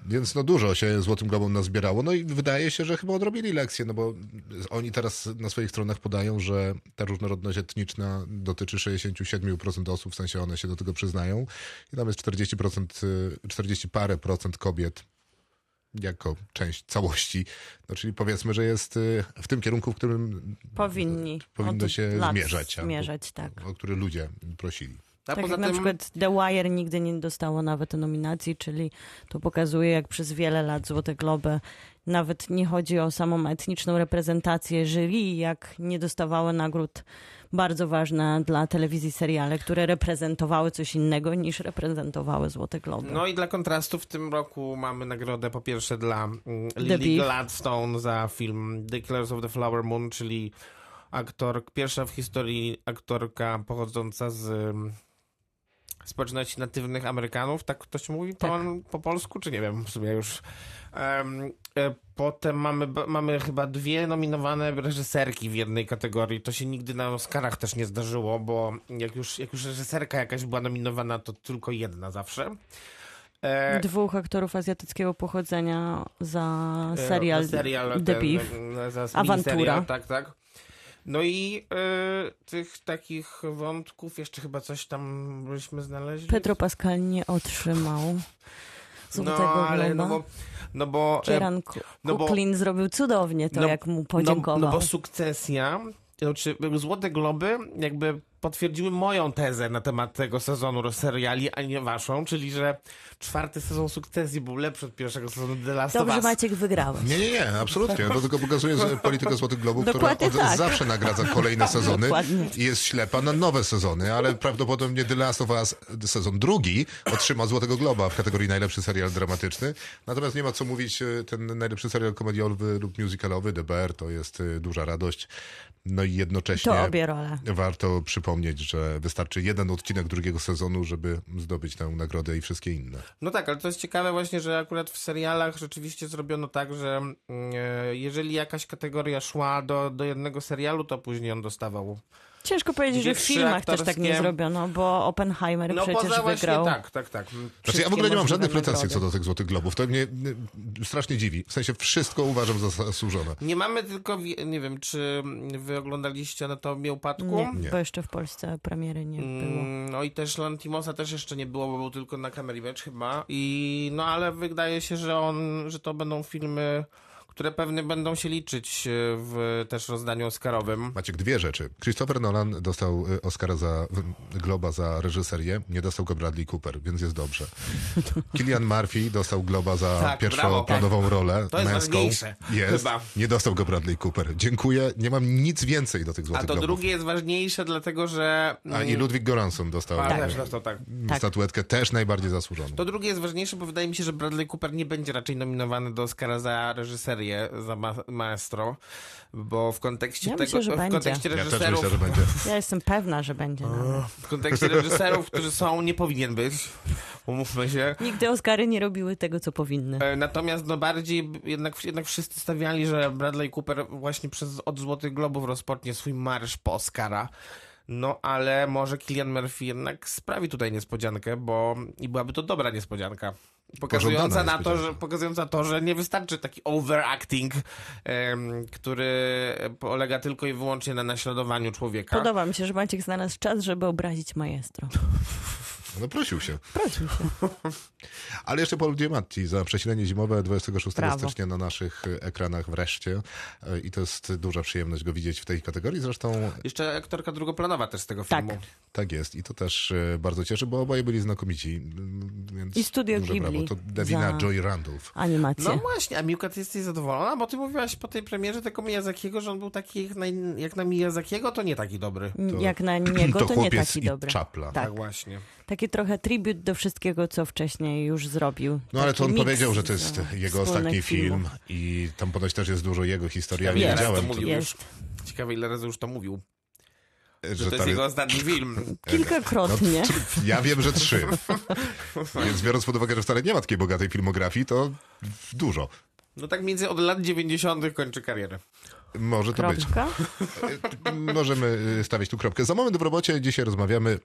Więc no dużo się Złotym Globom nazbierało, no i wydaje się, że chyba odrobili lekcję, no bo oni teraz na swoich stronach podają, że ta różnorodność etniczna dotyczy 67% osób, w sensie one się do tego przyznają i tam jest 40%, y, 40 parę procent kobiet jako część całości. No czyli powiedzmy, że jest y, w tym kierunku, w którym Powinni. powinno od się lat zmierzać, albo- Zmierzać, tak. o który ludzie prosili. A Tak poza jak na tym, przykład The Wire nigdy nie dostało nawet nominacji, czyli to pokazuje, jak przez wiele lat Złote Globy nawet nie chodzi o samą etniczną reprezentację jury, jak nie dostawały nagród bardzo ważne dla telewizji seriale, które reprezentowały coś innego niż reprezentowały Złote Globy. no i dla kontrastu w tym roku mamy nagrodę po pierwsze dla mm, Lily Beef. Gladstone za film Declares of the Flower Moon, czyli aktor, pierwsza w historii aktorka pochodząca z mm, społeczności natywnych Amerykanów, tak to się mówi po, po polsku, czy nie wiem w sumie już. Em, e, potem mamy, b- mamy chyba dwie nominowane reżyserki w jednej kategorii. To się nigdy na Oscarach też nie zdarzyło, bo jak już, jak już reżyserka jakaś była nominowana, to tylko jedna zawsze. E, Dwóch aktorów azjatyckiego pochodzenia za e, serial, serial The ten, Beef. e, za Awantura. miniserial, Tak, tak. No i e, tych takich wątków, jeszcze chyba coś tam byśmy znaleźli. Pedro Pascal nie otrzymał złotego no, ale no globa. bo, no bo e, Kieran Ku- no bo- Kuklin zrobił cudownie to, No- jak mu No, podziękował. no bo sukcesja, to znaczy Złote Globy jakby potwierdziły moją tezę na temat tego sezonu seriali, a nie waszą, czyli że czwarty sezon sukcesji był lepszy od pierwszego sezonu The Last of Dobrze, Us. Maciek, wygrałeś. Nie, nie, nie, absolutnie. No To tylko pokazuje że politykę Złotych Globów, która Dokładnie od, tak. zawsze nagradza kolejne sezony Dokładnie. i jest ślepa na nowe sezony, ale prawdopodobnie The Last of Us sezon drugi otrzyma Złotego Globa w kategorii najlepszy serial dramatyczny. Natomiast nie ma co mówić, e, ten najlepszy serial komediowy lub musicalowy, The Bear, to jest e, duża radość. No i jednocześnie... To obie role. Warto przypomnieć, że wystarczy jeden odcinek drugiego sezonu, żeby zdobyć tę nagrodę i wszystkie inne. No tak, ale to jest ciekawe właśnie, że akurat w serialach rzeczywiście zrobiono tak, że mm, e, jeżeli jakaś kategoria szła do, do jednego serialu, to później on dostawał. Ciężko powiedzieć, że w Trzy filmach też tak aktorskie- nie zrobiono, bo Oppenheimer No przecież poza właśnie, wygrał. tak, tak, tak. Znaczy, ja w ogóle nie mam żadnych pretensji co do tych Złotych Globów. To mnie y, strasznie dziwi. W sensie wszystko uważam za zasłużone. Nie mamy tylko, wie- nie wiem, czy wy oglądaliście Anatomię Upadku? Nie, Nie. Bo jeszcze w Polsce premiery nie było. Mm, No i też Lantimosa też jeszcze nie było, bo był tylko na Kamerivecz chyba. I no ale wydaje się, że on, że to będą filmy, które pewnie będą się liczyć e, w też rozdaniu Oscarowym. Maciek, dwie rzeczy. Christopher Nolan dostał y, Oscara za y, Globa za reżyserię, nie dostał go Bradley Cooper, więc jest dobrze. Killian Murphy dostał Globa za Tak, pierwszoplanową rolę To jest męską. ważniejsze, Jest. chyba. Nie dostał go Bradley Cooper. Dziękuję. Nie mam nic więcej do tych A Złotych to Globów. drugie jest ważniejsze, dlatego że. mm, Ani Ludwig Göransson dostał a, y, też dostał tak. Tak. statuetkę, też najbardziej zasłużoną. To drugie jest ważniejsze, bo wydaje mi się, że Bradley Cooper nie będzie raczej nominowany do Oscara za reżyserię, za ma maestro, bo w kontekście Ja tego, myślę, że w będzie. kontekście Ja reżyserów, też myślę, że będzie. Ja jestem pewna, że będzie. no. Mm. nawet. w kontekście reżyserów, którzy są, nie powinien być. Umówmy się. Nigdy Oscary nie robiły tego, co powinny. E, Natomiast no bardziej b- jednak, jednak wszyscy stawiali, że Bradley Cooper właśnie przez od Złotych Globów rozpocznie swój marsz po Oscara. No ale może Killian Murphy jednak sprawi tutaj niespodziankę, bo i byłaby to dobra niespodzianka. Pokazująca, Pożądana na to, że, niespodzianka. pokazująca to, że nie wystarczy taki overacting, em, który polega tylko i wyłącznie na naśladowaniu człowieka. Podoba mi się, że Maciek znalazł czas, żeby obrazić maestro. No prosił się. Prosił się. Ale jeszcze Paul Diamatti za przesilenie zimowe 26 Brawo. stycznia na naszych e, ekranach wreszcie. E, I to jest duża przyjemność go widzieć w tej kategorii. Zresztą Jeszcze aktorka drugoplanowa też z tego Tak. filmu. tak jest i to też e, bardzo cieszy, bo oboje byli znakomici. Mm, Więc I Studio duże Ghibli brawo. To Davina za- Joy Randolph. Animacje. No właśnie, a Miłka, ty jesteś zadowolona, bo ty mówiłaś po tej premierze tego Miyazakiego, że on był taki jak na, jak na Miyazakiego, to nie taki dobry. to- Jak na niego, to, to nie chłopiec taki i dobry. czapla. Tak. właśnie. Taki trochę tribut do wszystkiego, co wcześniej już zrobił. No ale Taki to on miks powiedział, że to jest z- jego wspólnych ostatni film filmów. i tam ponoć też jest dużo jego historii. Ja nie Ciekawe, ile wiedziałem, razy to to- mówił. Jest. Ciekawe, ile razy już to mówił, że, że to jest tam- jego ostatni film. Kilkakrotnie. No, tr- ja wiem, że trzy. Więc biorąc pod uwagę, że wcale nie ma takiej bogatej filmografii, to dużo. No tak między od lat 90. kończy karierę. Może to być. Kropka. Możemy y, stawiać tu kropkę. Za moment w robocie dzisiaj rozmawiamy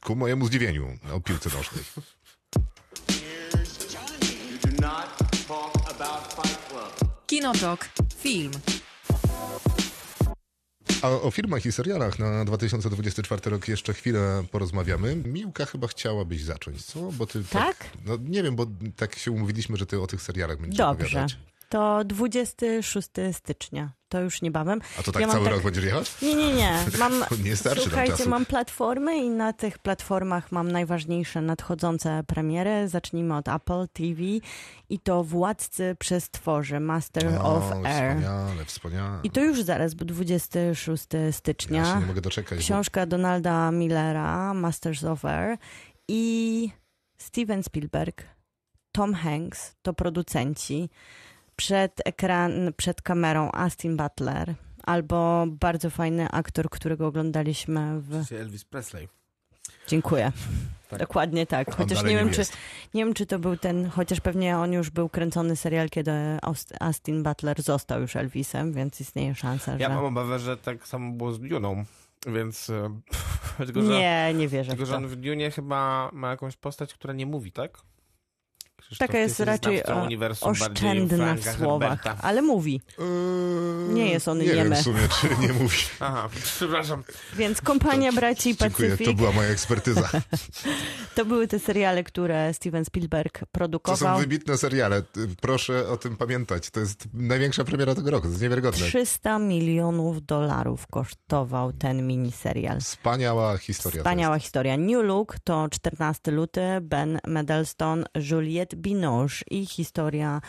ku mojemu zdziwieniu o piłce nożnej. You do not talk about Fight Club. Kinotok. Film. A o filmach i serialach na 2024 rok jeszcze chwilę porozmawiamy. Miłka chyba chciałabyś zacząć, co? Bo ty Tak? no nie wiem, bo tak się umówiliśmy, że ty o tych serialach będziesz Dobrze. opowiadać. To 26 stycznia. To już niebawem. A to tak Ja mam cały tak- rok będziesz jechać? Nie, nie, nie. Mam, Nie starczy nam słuchajcie, czasu. mam platformy i na tych platformach mam najważniejsze nadchodzące premiery. Zacznijmy od Apple TV i to Władcy przez Tworzy, Master of Air. wspaniale, wspaniale. I to już zaraz, bo 26 stycznia. Ja się nie mogę doczekać. bo- Książka Donalda Millera, Masters of Air i Steven Spielberg, Tom Hanks to producenci. Przed ekran, przed kamerą Austin Butler albo bardzo fajny aktor, którego oglądaliśmy w... Elvis Presley. Dziękuję. Tak. Dokładnie tak. On Chociaż dalej nie wiem, nim czy, jest. nie wiem, czy to był ten, chociaż pewnie on już był kręcony serial, kiedy Aust- Austin Butler został już Elvisem, więc istnieje szansa, że... Ja mam obawę, że tak samo było z Duną, więc... e, tylko, że, Nie, nie wierzę w tylko, że to. on w Dunie chyba ma jakąś postać, która nie mówi, tak? Krzysztof, Taka ty jest jesteś raczej znawcą e, uniwersum, bardziej oszczędna w Franka słowach, Herberta. ale mówi. Eee, Nie jest on Nie wiem jemy. w sumie, czy nie mówi. Aha, przepraszam. Więc Kompania Braci Dziękuję, Pacyfik to była moja ekspertyza. to były te seriale, które Steven Spielberg To są produkował. wybitne seriale. Ty- Proszę o tym pamiętać. To jest największa premiera tego roku. To jest niewiarygodne. 300 milionów dolarów kosztował ten miniserial. Wspaniała historia. to Wspaniała historia. New Look to 14 luty, Ben Mendelsohn, Juliette Binoche i historia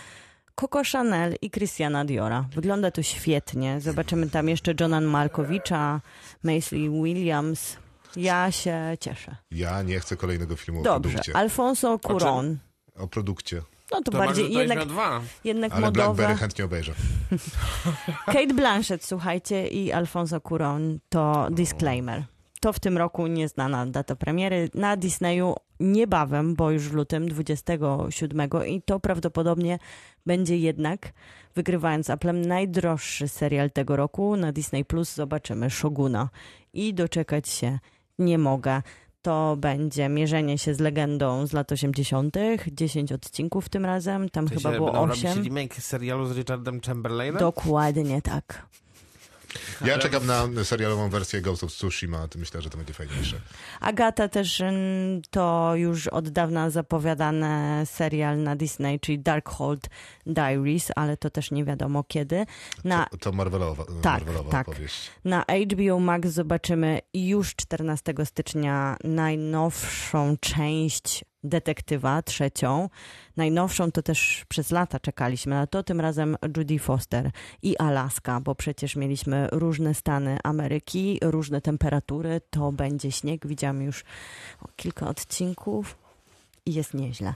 Coco Chanel i Christiana Diora. Wygląda to świetnie. Zobaczymy tam jeszcze Jonan Malkowicza, Maisley Williams. Ja się cieszę. jest. Ja nie chcę kolejnego filmu o Dobrze. produkcie. Alfonso Curon. O produkcie. No to, To bardziej bardziej jednak, dwa. jednak Ale Blackberry modowe. chętnie obejrzę. Kate Blanchett, słuchajcie, i Alfonso Curon to disclaimer. To w tym roku nieznana data premiery na Disneyu niebawem, bo już w lutym 27 i to prawdopodobnie będzie jednak, wygrywając Aplem, najdroższy serial tego roku. Na Disney Plus zobaczymy Shoguna i doczekać się nie mogę. To będzie mierzenie się z legendą z lat 80., 10 odcinków tym razem, tam To się chyba było będą robić 8. remake serialu z Richardem Chamberlainem? Dokładnie tak. Ja czekam na serialową wersję Ghost of Tsushima. To myślę, że to będzie fajniejsze. Agata też mm, to już od dawna zapowiadany serial na Disney, czyli Darkhold Diaries, ale to też nie wiadomo kiedy. Na, To Marvelowa, Tak, Marvelowa tak. opowieść. na HBO Max zobaczymy już 14 stycznia najnowszą część detektywa, trzecią. Najnowszą to też przez lata czekaliśmy, ale to tym razem Judy Foster i Alaska, bo przecież mieliśmy różne stany Ameryki, różne temperatury, to będzie śnieg. Widziałam już kilka odcinków i jest nieźle.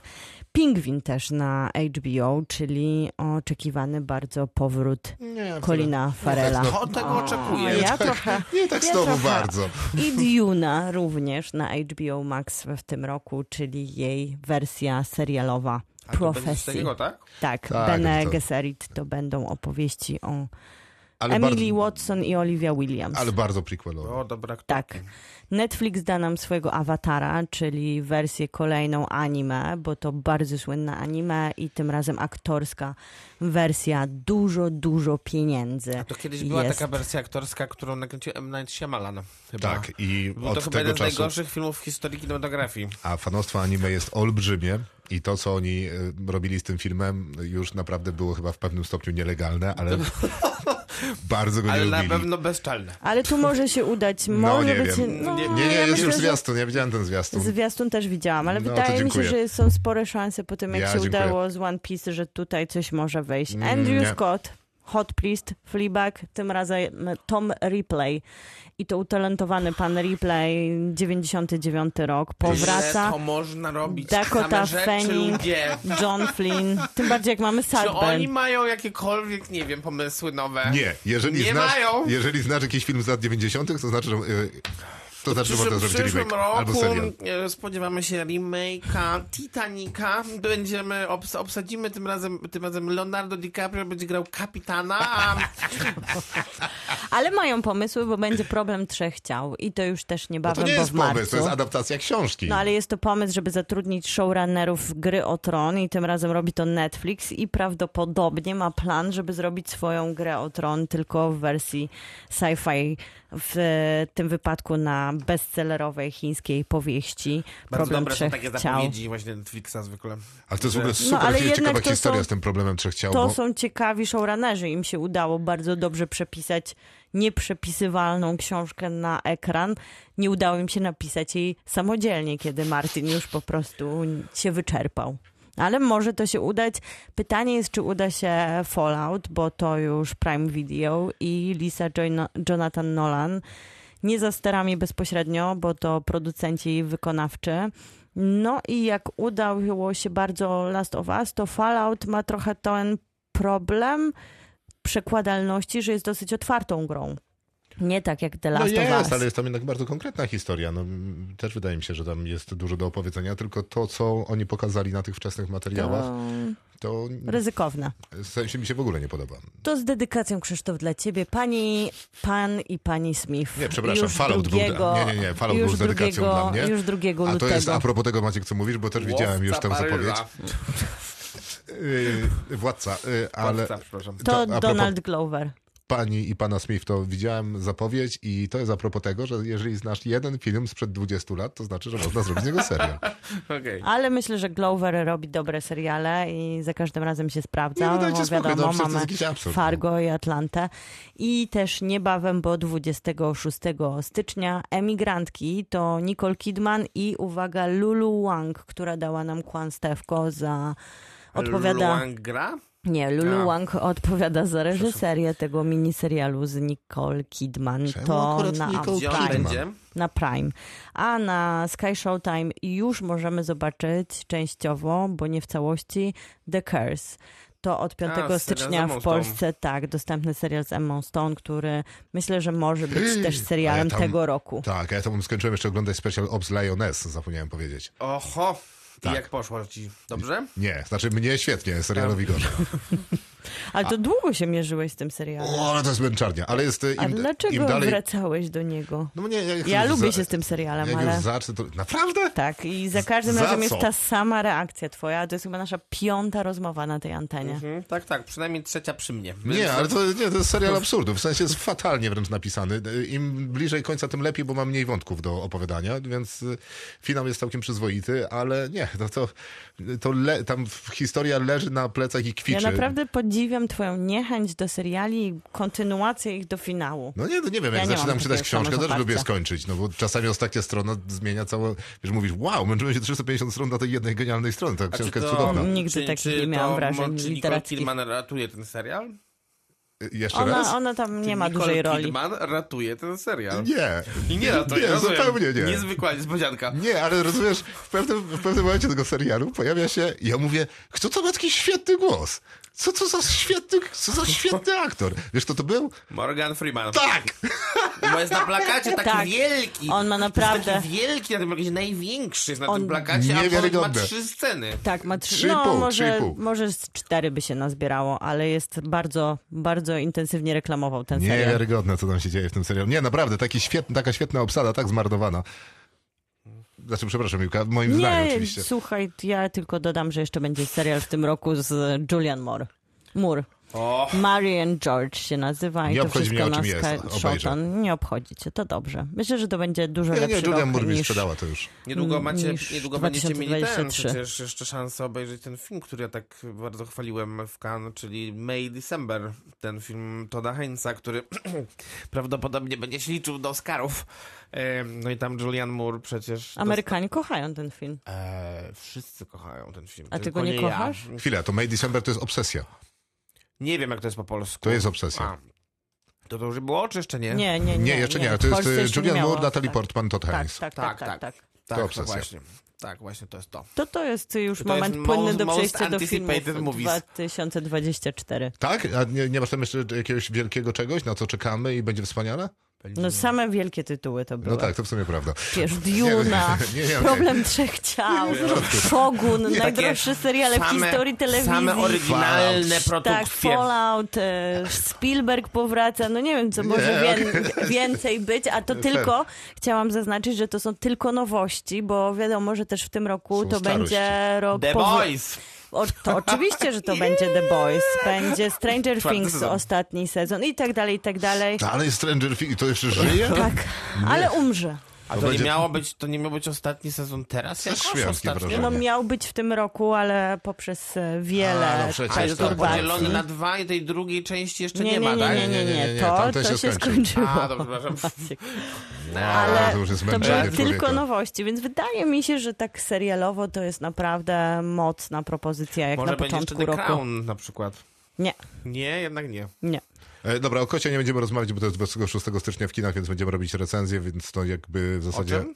Pingwin też na HBO, czyli oczekiwany bardzo powrót Nie, Colina Farela. To tego oczekuję. Ja trochę. wcale- Nie tak ja znowu trochę- bardzo. I Duna również na HBO Max w tym roku, czyli jej wersja serialowa A to będzie z Prophecy. tego, tak? Tak, Tak, Bene to- Gesserit to będą opowieści o Ale Emily bardzo, Watson i Olivia Williams. ale bardzo prequelowo. O, dobra. kto- Tak. Netflix da nam swojego awatara, czyli wersję kolejną anime, bo to bardzo słynna anime i tym razem aktorska wersja. Dużo, dużo pieniędzy. A to kiedyś była jest. taka wersja aktorska, którą nakręcił M. Night Shyamalan. Chyba. Tak, i Był No to od chyba tego jeden z czasu. najgorszych filmów w historii kinematografii. A fanostwo anime jest olbrzymie i to, co oni e, robili z tym filmem, już naprawdę było chyba w pewnym stopniu nielegalne, ale bardzo go nie Ale na lubili. pewno bezczelne. Ale tu może się udać. Może No nie być. wiem. No, Nie, Nie, nie, jest myślę, już że zwiastun, ja widziałem ten zwiastun. Zwiastun też widziałam, ale No, to wydaje mi się, dziękuję. że są spore szanse po tym, jak Ja się dziękuję. udało z One Piece, że tutaj coś może wejść. Mm, Andrew nie. Scott, Hot Priest, Fleabag, tym razem Tom Ripley. I to utalentowany pan Ripley, 99 rok, Że powraca. to można robić. Dakota Same rzeczy, Fanning. ludzie. John Flynn, tym bardziej jak mamy Czy Sadbę. oni mają jakiekolwiek, nie wiem, pomysły nowe? Nie, jeżeli, Nie znasz, mają. jeżeli znasz jakiś film z lat 90., to znaczy, że, e, to W znaczy, że można przyszłym, zrobić przyszłym remake albo roku serial. e, spodziewamy się remake'a Titanica. Będziemy, obs obsadzimy tym razem, tym razem Leonardo DiCaprio będzie grał kapitana, a Ale mają pomysły, bo będzie problem trzech ciał. I to już też No to niebawem, nie bo jest w marcu. pomysł, to jest adaptacja książki. No ale jest to pomysł, żeby zatrudnić showrunnerów gry o tron i tym razem robi to Netflix i prawdopodobnie ma plan, żeby zrobić swoją grę o tron tylko w wersji sci-fi, w e, tym wypadku na bestsellerowej chińskiej powieści bardzo Problem dobre są Trzech takie Ciał. zapowiedzi właśnie Netflixa zwykle. Ale to jest w ogóle No, super ale no, ciekawa jednak to historia są- z tym problemem trzech ciał, To bo są ciekawi showrunnerzy, im się udało bardzo dobrze przepisać nieprzepisywalną książkę na ekran. Nie udało im się napisać jej samodzielnie, kiedy Martin już po prostu się wyczerpał. Ale może to się udać. Pytanie jest, czy uda się Fallout, bo to już Prime Video i Lisa Joyno- Jonathan Nolan. Nie za sterami bezpośrednio, bo to producenci wykonawczy. No i jak udało się bardzo Last of Us, to Fallout ma trochę ten problem przekładalności, że jest dosyć otwartą grą. Nie tak jak The No Last of Us. jest, ale jest tam jednak bardzo konkretna historia. No, mm, też wydaje mi się, że tam jest dużo do opowiedzenia, tylko to, co oni pokazali na tych wczesnych materiałach, To- To Ryzykowna. w sensie mi się w ogóle nie podoba. To z dedykacją, Krzysztof, dla ciebie. Pani, pan i pani Smith. Nie, przepraszam, już Fallout drugiego, był. dla- Nie, nie, nie, Fallout już był z dedykacją dla drugiego, mnie. Już drugiego A to lutego. jest a propos tego, Maciek, co mówisz, bo też widziałem już tę Łowca zapowiedź. Paryża. Yy, władca, yy, ale Łowca, przepraszam. to to a propos- Donald Glover. pani i pana Smith, to widziałem zapowiedź i to jest a propos tego, że jeżeli znasz jeden film sprzed 20 lat, to znaczy, że można zrobić z niego serial. Okej. Ale myślę, że Glover robi dobre seriale i za każdym razem się sprawdza. Nie, no dajcie bo spokój, wiadomo, no, przecież to mamy jest jakiś absurd. Fargo i Atlantę. I też niebawem, bo 26 stycznia, Emigrantki to Nicole Kidman i uwaga Lulu Wang, która dała nam kłamstewko za... Odpowiada... Luang gra? Nie, Lulu A. Wang odpowiada za reżyserię tego miniserialu z Nicole Kidman. Czemu to akurat na, Nicole Gdzie Kidman? on Prime. będzie? na Prime. A na Sky Showtime już możemy zobaczyć częściowo, bo nie w całości, The Curse. To od 5 serial z stycznia Emmą w Polsce, tak, dostępny serial z Emma Stone, który myślę, że może być też A serialem ja tam- tego roku. Tak, a ja tam skończyłem jeszcze oglądać Special Ops Lioness, zapomniałem powiedzieć. Oho. I Tak. jak poszło ci? Dobrze? Nie, znaczy mnie świetnie, serialowi gorzej. Ale to długo się mierzyłeś z tym serialem. O, ale to jest męczarnia, ale jest y, im, A dlaczego im dalej... wracałeś do niego? No nie, jak Ja już lubię za- się z tym serialem, Jak ale... już zacznę, to... Naprawdę? Tak, i za każdym Za razem co? jest ta sama reakcja twoja. To jest chyba nasza piąta rozmowa na tej antenie. Mhm, tak, tak. Przynajmniej trzecia przy mnie. Więc- Nie, ale to, nie, to jest serial absurdu. W sensie jest fatalnie wręcz napisany. Im bliżej końca, tym lepiej, bo mam mniej wątków do opowiadania, więc y, finał jest całkiem przyzwoity, ale nie, no to, to le, tam w- historia leży na plecach i Ja kwiczy. naprawdę podziwiam twoją niechęć do seriali i kontynuację ich do finału. No nie, no nie wiem, Ja jak nie zaczynam mam czytać takiego książkę, też samozaparcia. lubię skończyć, no bo czasami ostatnia strona zmienia całe, wiesz, mówisz, wow, męczyłem się 350 stron na tej jednej genialnej stronie, ta A czy książka jest to- cudowna. Nigdy takich nie miałam to wrażeń Mon- Czy Nicole literackich. Kidman ratuje ten serial? Y, Jeszcze raz? Ona, ona tam nie ma Nicole dużej roli. Kidman ratuje ten serial. Nie. I nie ratuje, nie, rozumiem. zupełnie nie. Niezwykła niespodzianka. Nie, ale rozumiesz, w pewnym, w pewnym momencie tego serialu pojawia się, ja mówię, kto to ma taki świetny głos? Co to za świetny, co za świetny aktor? Wiesz, kto to był? Morgan Freeman. Tak! Bo jest na plakacie taki Tak. wielki. On ma naprawdę- Jest taki wielki, na tym plakacie największy jest na On- tym plakacie, a ponoć ma Niewiarygodne. trzy sceny. Tak, ma trzy, Trzy i no pół, trzy i może, pół. może z cztery by się nazbierało, ale jest bardzo, bardzo intensywnie reklamował ten serial. Niewiarygodne, co tam się dzieje w tym serialu. Nie, naprawdę, taki świetny, taka świetna obsada, tak zmarnowana. Znaczy, przepraszam, Miłka, moim zdaniem oczywiście. słuchaj, ja tylko dodam, że jeszcze będzie serial w tym roku z Julian Moore. Moore. O, Mary and George się nazywa i Nie to obchodzi mnie, wszystko o na czym jest, Sky obejrzę. Showtime. Nie obchodzi cię, to dobrze. Myślę, że to będzie dużo Nie, nie, lepszy Julia rok Moore mi niż... sprzedała to już. niedługo, Mm, macie, niż niedługo będziecie mieli ten 2023. przecież jeszcze szansę obejrzeć ten film, który ja tak bardzo chwaliłem w Cannes, czyli May December. Ten film Toda Heinza, który prawdopodobnie będzie się liczył do Oscarów. Em, No i tam Julian Moore przecież... dosta- Amerykanie kochają ten film. Eee, wszyscy kochają ten film. A ty tylko go nie ja. kochasz? Chwila, to May December to jest obsesja. Nie wiem, jak to jest po polsku. To jest obsesja. A. To to już było, czy jeszcze nie? Nie, nie, nie. Nie, jeszcze nie, ale W to jest Polsce y, jeszcze Julian nie miało. Moore, Natalie Tak, Portman, Todd tak, Haynes. tak, tak, Tak, tak, tak. Tak, To to obsesja. właśnie. Tak, właśnie, to jest to. To to jest e, już To jest moment most- płynny do most przejścia do filmów anticipated movies. 2024. Tak? A nie, nie masz tam jeszcze jakiegoś wielkiego czegoś, na co czekamy i będzie wspaniale? No same wielkie tytuły to były. No tak, to w sumie prawda. Wiesz, Duna, nie, nie, okej. Problem Trzech Ciał, Shogun, najdroższe seriale w same- historii telewizji. Same oryginalne Tak, produkcje. Fallout, e, Spielberg powraca, no nie wiem, co może Nie, wię- więcej być, a to tylko, chciałam zaznaczyć, że to są tylko nowości, bo wiadomo, że też w tym roku Są to starości. będzie rok... The powo- Boys! O, to oczywiście, że to będzie The Boys, będzie Stranger Czwarty Things sezon. ostatni sezon i tak dalej, i tak dalej. No, ale Stranger Things, to jeszcze żyje? Tak, ale umrze. A To to, będzie- nie miało być, to nie miał być ostatni sezon teraz? To jest Jakoś święte ostatni? wrażenie. No No, Nie. miał być w tym roku, ale poprzez e, A, wiele no przecież, a jest to tak, podzielony tak. na dwa i tej drugiej części jeszcze nie, nie, ma, nie, tak? nie, nie, nie, Nie, nie, nie, To, tamten to się się skończył. skończyło. A, dobrze, przepraszam. Ale to już jest to męczenie były tylko człowieka. nowości, więc wydaje mi się, że tak serialowo to jest naprawdę mocna propozycja, jak Może na będzie jeszcze początku The roku. Crown na przykład. Nie, Nie, jednak nie. nie. E, Dobra, o kocie nie będziemy rozmawiać, bo to jest 26 stycznia w kinach, więc będziemy robić recenzję, więc to jakby w zasadzie... czym?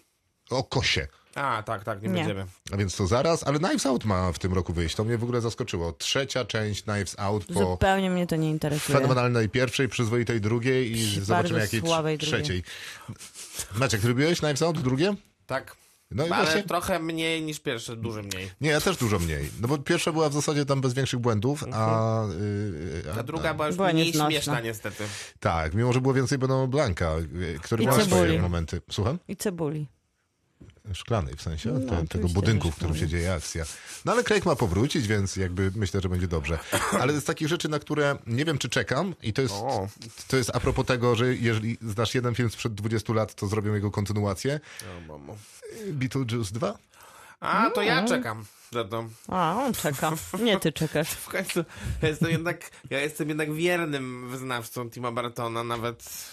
O kosie. A, tak, tak, nie, Nie. będziemy. A więc to zaraz, ale Knives Out ma w tym roku wyjść. To mnie w ogóle zaskoczyło. Trzecia część Knives Out po Zupełnie mnie to nie interesuje. fenomenalnej pierwszej, przyzwoitej drugiej i Przy zobaczymy bardzo jakiej tr- słabej drugiej. trzeciej. Maciek, ty lubiłeś Knives Out drugie? Tak. No i ale właśnie, trochę mniej niż pierwszy, dużo mniej. nie, ja też dużo mniej. No bo pierwsza była w zasadzie tam bez większych błędów, a... Yy, Ta druga była już Była mniej nieznośna. śmieszna niestety. Tak, mimo że było więcej Beno Blanka, y, który I ma swoje cebuli. momenty. Słucham? I cebuli. Szklanej w sensie No, te- tego oczywiście, budynku, że w którym się szklanej. dzieje akcja. No ale Craig ma powrócić, więc jakby myślę, że będzie dobrze. Ale z takich rzeczy, na które nie wiem, czy czekam, i to jest, O. to jest a propos tego, że jeżeli znasz jeden film sprzed 20 lat, to zrobią jego kontynuację. Y, Beetlejuice 2? A, to Mm. ja czekam. Za to. A, on czeka. Nie ty czekasz. W końcu ja jestem jednak, ja jestem jednak wiernym wyznawcą Tima Bartona, nawet,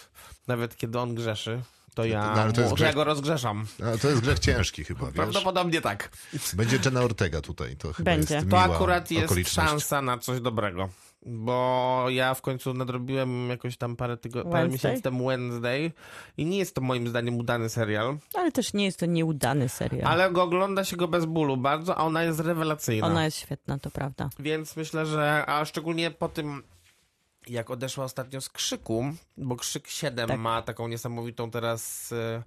nawet kiedy on grzeszy. To ja, No, ale to jest mu- grzech. ja go rozgrzeszam. A, to jest grzech ciężki chyba, wiesz? Prawdopodobnie tak. Będzie Jenna Ortega tutaj, to chyba Będzie. jest To miła To akurat jest okoliczność. szansa na coś dobrego. Bo ja w końcu nadrobiłem jakoś tam parę, tygo- parę Wednesday? miesięcy temu Wednesday i nie jest to moim zdaniem udany serial, Ale też nie jest to nieudany serial. ale go ogląda się go bez bólu bardzo, a ona jest rewelacyjna. Ona jest świetna, to prawda. Więc myślę, że a szczególnie po tym, jak odeszła ostatnio z krzyku, bo krzyk 7 Tak. ma taką niesamowitą teraz. e,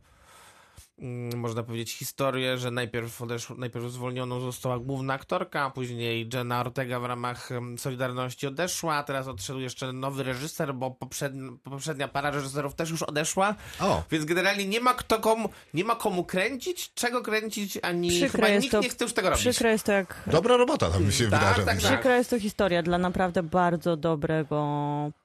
mm, Można powiedzieć historię, że najpierw, odeszł, najpierw zwolnioną została główna aktorka, a później Jenna Ortega w ramach em, Solidarności odeszła, a teraz odszedł jeszcze nowy reżyser, bo poprzedn- poprzednia para reżyserów też już odeszła. O. Więc generalnie nie ma, kto komu, nie ma komu kręcić, czego kręcić, ani chyba Przykre jest, nikt to, nie chce już tego robić. przykre jest to jak... Dobra robota tam mi się Tak, wydarza. tak, widzę. tak. Przykra jest to historia dla naprawdę bardzo dobrego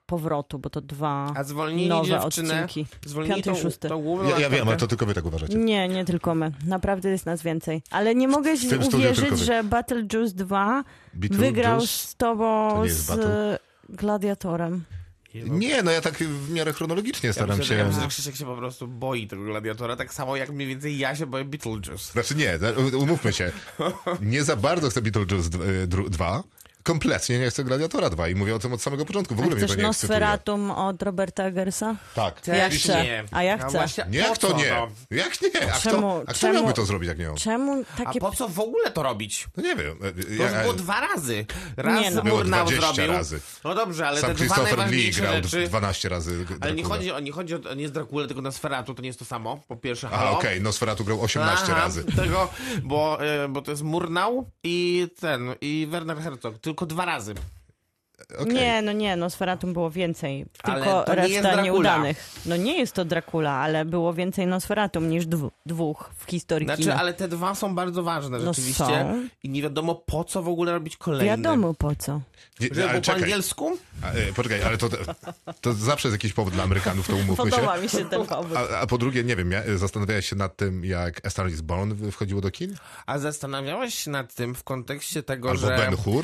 powrotu, bo to dwa A zwolnili nowe dziewczynę. odcinki. Zwolnili Piąty, tą, szósty. tą główną Ja, ja wiem, aktorkę. a to tylko wy tak uważacie. Nie, nie tylko my. Naprawdę jest nas więcej. Ale nie mogę tym studiu tylko uwierzyć, wy. że Beetlejuice 2 Beetlejuice? wygrał z To tobą nie jest z Battle? e, Gladiatorem. Nie, no ja tak w miarę chronologicznie Ja staram myślę, że- ja się... myślę, że Krzysiek tak się po prostu boi tego gladiatora, tak samo jak mniej więcej ja się boję Beetlejuice. Znaczy nie, za- umówmy się. Nie za bardzo chcę Beetlejuice 2. y, Kompletnie nie chcę Gladiatora 2 i mówię o tym od samego początku. W A ogóle mnie to chcesz nie ekscytuje. Nosferatum od Roberta Eggersa? Tak. Ja Też No chcę. A ja chcę. właśnie, po Jak to co, nie? No? Jak nie? A Czemu- kto, a kto czemu- miałby to zrobić, jak nie on? Czemu A takie... po co w ogóle to robić? No nie wiem. To Ja, już ja, było dwa razy. Raz Nie no. Było Murnau 20 zrobił. razy. No dobrze, ale sam te dwa Christopher Lee najważniejsze grał rzeczy... 12 razy Ale nie Drakula. chodzi, o, nie chodzi o, nie z Drakule, tylko na Sferatu, to nie jest to samo, po pierwsze. A, halo. okej, Nosferatu grał 18 Aha, razy. Tego, bo, y, bo to jest Murnau i ten, i Werner Herzog. Tylko dwa razy. Okej. Nie, no nie, Nosferatum było więcej. Ale Tylko to nie jest reszta Dracula. nieudanych. No nie jest to Dracula, ale było więcej Nosferatum niż dwu, dwóch w historii Znaczy, kina. ale te dwa są bardzo ważne No rzeczywiście. są. I nie wiadomo po co w ogóle robić kolejny. Wiadomo po co. Nie, Żeby ale było po czekaj, angielsku? a, e, poczekaj, ale to, to zawsze jest jakiś powód dla Amerykanów, to umówmy się. Podoba mi się ten powód. A, a po drugie, nie wiem, ja, y, zastanawiałeś się nad tym, jak A Star is Born wchodziło do kin? A zastanawiałeś się nad tym w kontekście tego, Albo że Ben Hur?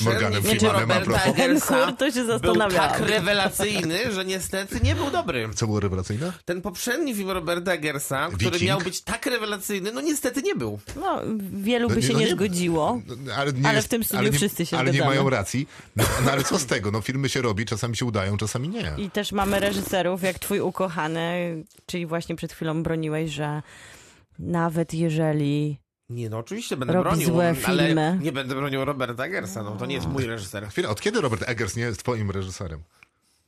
Morganem poprzedni film Freemanem, a Roberta tak. propos. Ben Eggersa Hur, to się był zastanawiałam. tak rewelacyjny, że niestety nie był dobry. Co było rewelacyjne? Ten poprzedni film Roberta Eggersa, który Wiking? miał być tak rewelacyjny, no niestety nie był. No, wielu by się no nie zgodziło. no, Ale, nie Ale w tym studiu ale nie, wszyscy się Ale nie zgadzamy. mają racji. No, no ale co z tego? No filmy się robi, czasami się udają, czasami nie. I też mamy reżyserów, jak twój ukochany, czyli właśnie przed chwilą broniłeś, że nawet jeżeli... Nie, no oczywiście będę Robi bronił, złe ale filmy. nie będę bronił Roberta Eggersa, no to nie jest mój reżyser. Chwila, od kiedy Robert Eggers nie jest twoim reżyserem?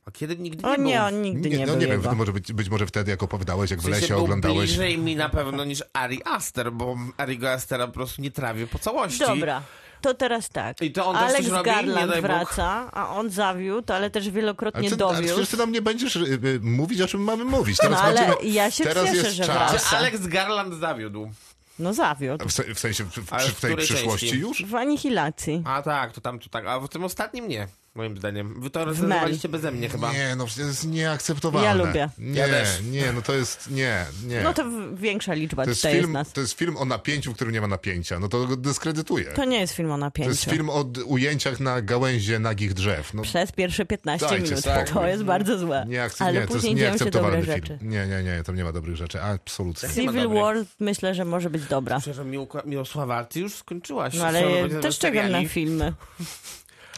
A kiedy nigdy nie O był. nie, on nigdy nie, no był nie wiem, jego. to może być, być może wtedy, jak opowiadałeś, jak w W sensie lesie był oglądałeś. bliżej mi na pewno niż Ari Aster, bo Arigo Astera po prostu nie trawię po całości. Dobra, to teraz tak. I to on też Alex coś robi? Nie Garland daj Bóg. wraca, a on zawiódł, ale też Ale, wielokrotnie ty, ale dowiódł. przecież ty nam nie będziesz y, y, mówić, o czym mamy mówić. Teraz No, ale będziemy- ja się teraz cieszę, jest że czas. wraca. Czy Alex Garland zawiódł? No zawiódł. W, se- w sensie w, w, Ale przy- w w tej której przyszłości części? już? W anihilacji. A tak, to tam, to tak. A w tym ostatnim nie, moim zdaniem. Wy to rezerwowaliście beze mnie chyba. Nie, no przecież jest nieakceptowalne. Ja lubię. Nie, Ja też. nie, no to jest, nie, nie. No to w- większa liczba To jest, tutaj jest film, nas. to jest film o napięciu, w którym nie ma napięcia. No to go dyskredytuje. To nie jest film o To jest napięciu. film o d- ujęciach na gałęzie nagich drzew. No, Przez pierwsze 15 Dajcie minut. spokój. To jest bardzo złe. Tak, nie, akce- ale nie, to jest później dzieją się nieakceptowalny dobre film. rzeczy. Nie, nie, nie, tam nie ma dobrych rzeczy. Absolutnie. Nie ma Civil dobrych. War myślę, że może być dobra. Przepraszam, Miłka- Mirosława, ty już skończyłaś. No ale Chciałabym ja powiedzieć, też że czekam na seriali- filmy.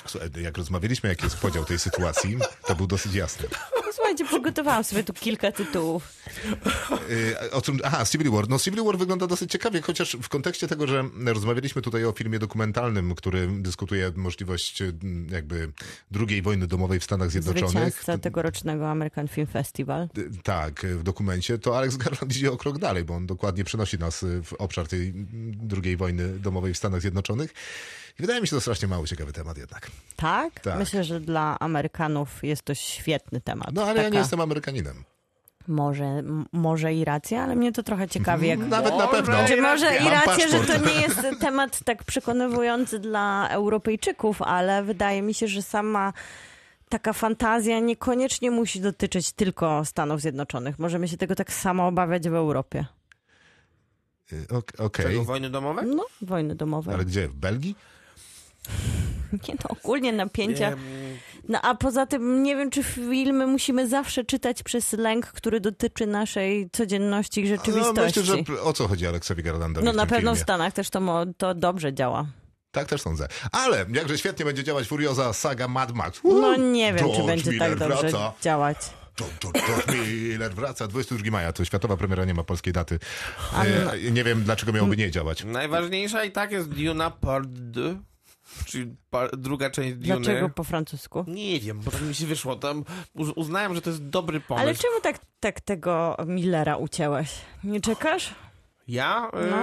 Słuchaj, jak rozmawialiśmy, jaki jest podział tej sytuacji, to był dosyć jasny. Słuchaj, No, Słuchajcie, przygotowałam sobie tu kilka tytułów. Y, O czym, aha, Civil War. No Civil War wygląda dosyć ciekawie, chociaż w kontekście tego, że rozmawialiśmy tutaj o filmie dokumentalnym, który dyskutuje możliwość y, jakby drugiej wojny domowej w Stanach Zjednoczonych. Zwycięzca tegorocznego American Film Festival. Y, Tak, y, w dokumencie, to Alex Garland idzie o krok dalej, bo on dokładnie przenosi nas y, w obszar tej mm, drugiej wojny domowej w Stanach Zjednoczonych. I wydaje mi się to strasznie mało ciekawy temat jednak. Tak? Tak. Myślę, że dla Amerykanów jest to świetny temat. No ale ja nie Taka- jestem Amerykaninem. Może, m- może i racja, ale mnie to trochę ciekawi. Jak... Nawet na Może pewno. i Czy może i Mam racja, że to paszport. nie jest temat tak przekonywujący dla Europejczyków, ale wydaje mi się, że sama taka fantazja niekoniecznie musi dotyczyć tylko Stanów Zjednoczonych. Możemy się tego tak samo obawiać w Europie. Y, ok- Okej, Czego, wojny domowe? No, wojny domowe. ale gdzie? W Belgii? Nie, no, ogólnie napięcia. Em, No a poza tym nie wiem, czy filmy musimy zawsze czytać przez lęk, który dotyczy naszej codzienności i No, rzeczywistości. myślę, że p- o co chodzi Aleksowi Garlandowi No w na tym pewno w filmie. Stanach też to, mo- to dobrze działa. Tak też sądzę. Ale jakże świetnie będzie działać Furioza saga Mad Max. No nie wiem, czy George będzie Miller tak dobrze Wraca. działać. To, to, to Miller wraca 22 maja. To światowa premiera nie ma polskiej daty. no- E, nie wiem, dlaczego miałoby nie działać. Najważniejsza i tak jest Duna Part 2, czyli par, druga część Duny. Dlaczego po francusku? Nie wiem, bo tak mi się wyszło. Tam uz- uznałem, że to jest dobry pomysł. Ale czemu tak, tak tego Millera ucięłaś? Nie czekasz? Ja? E, No.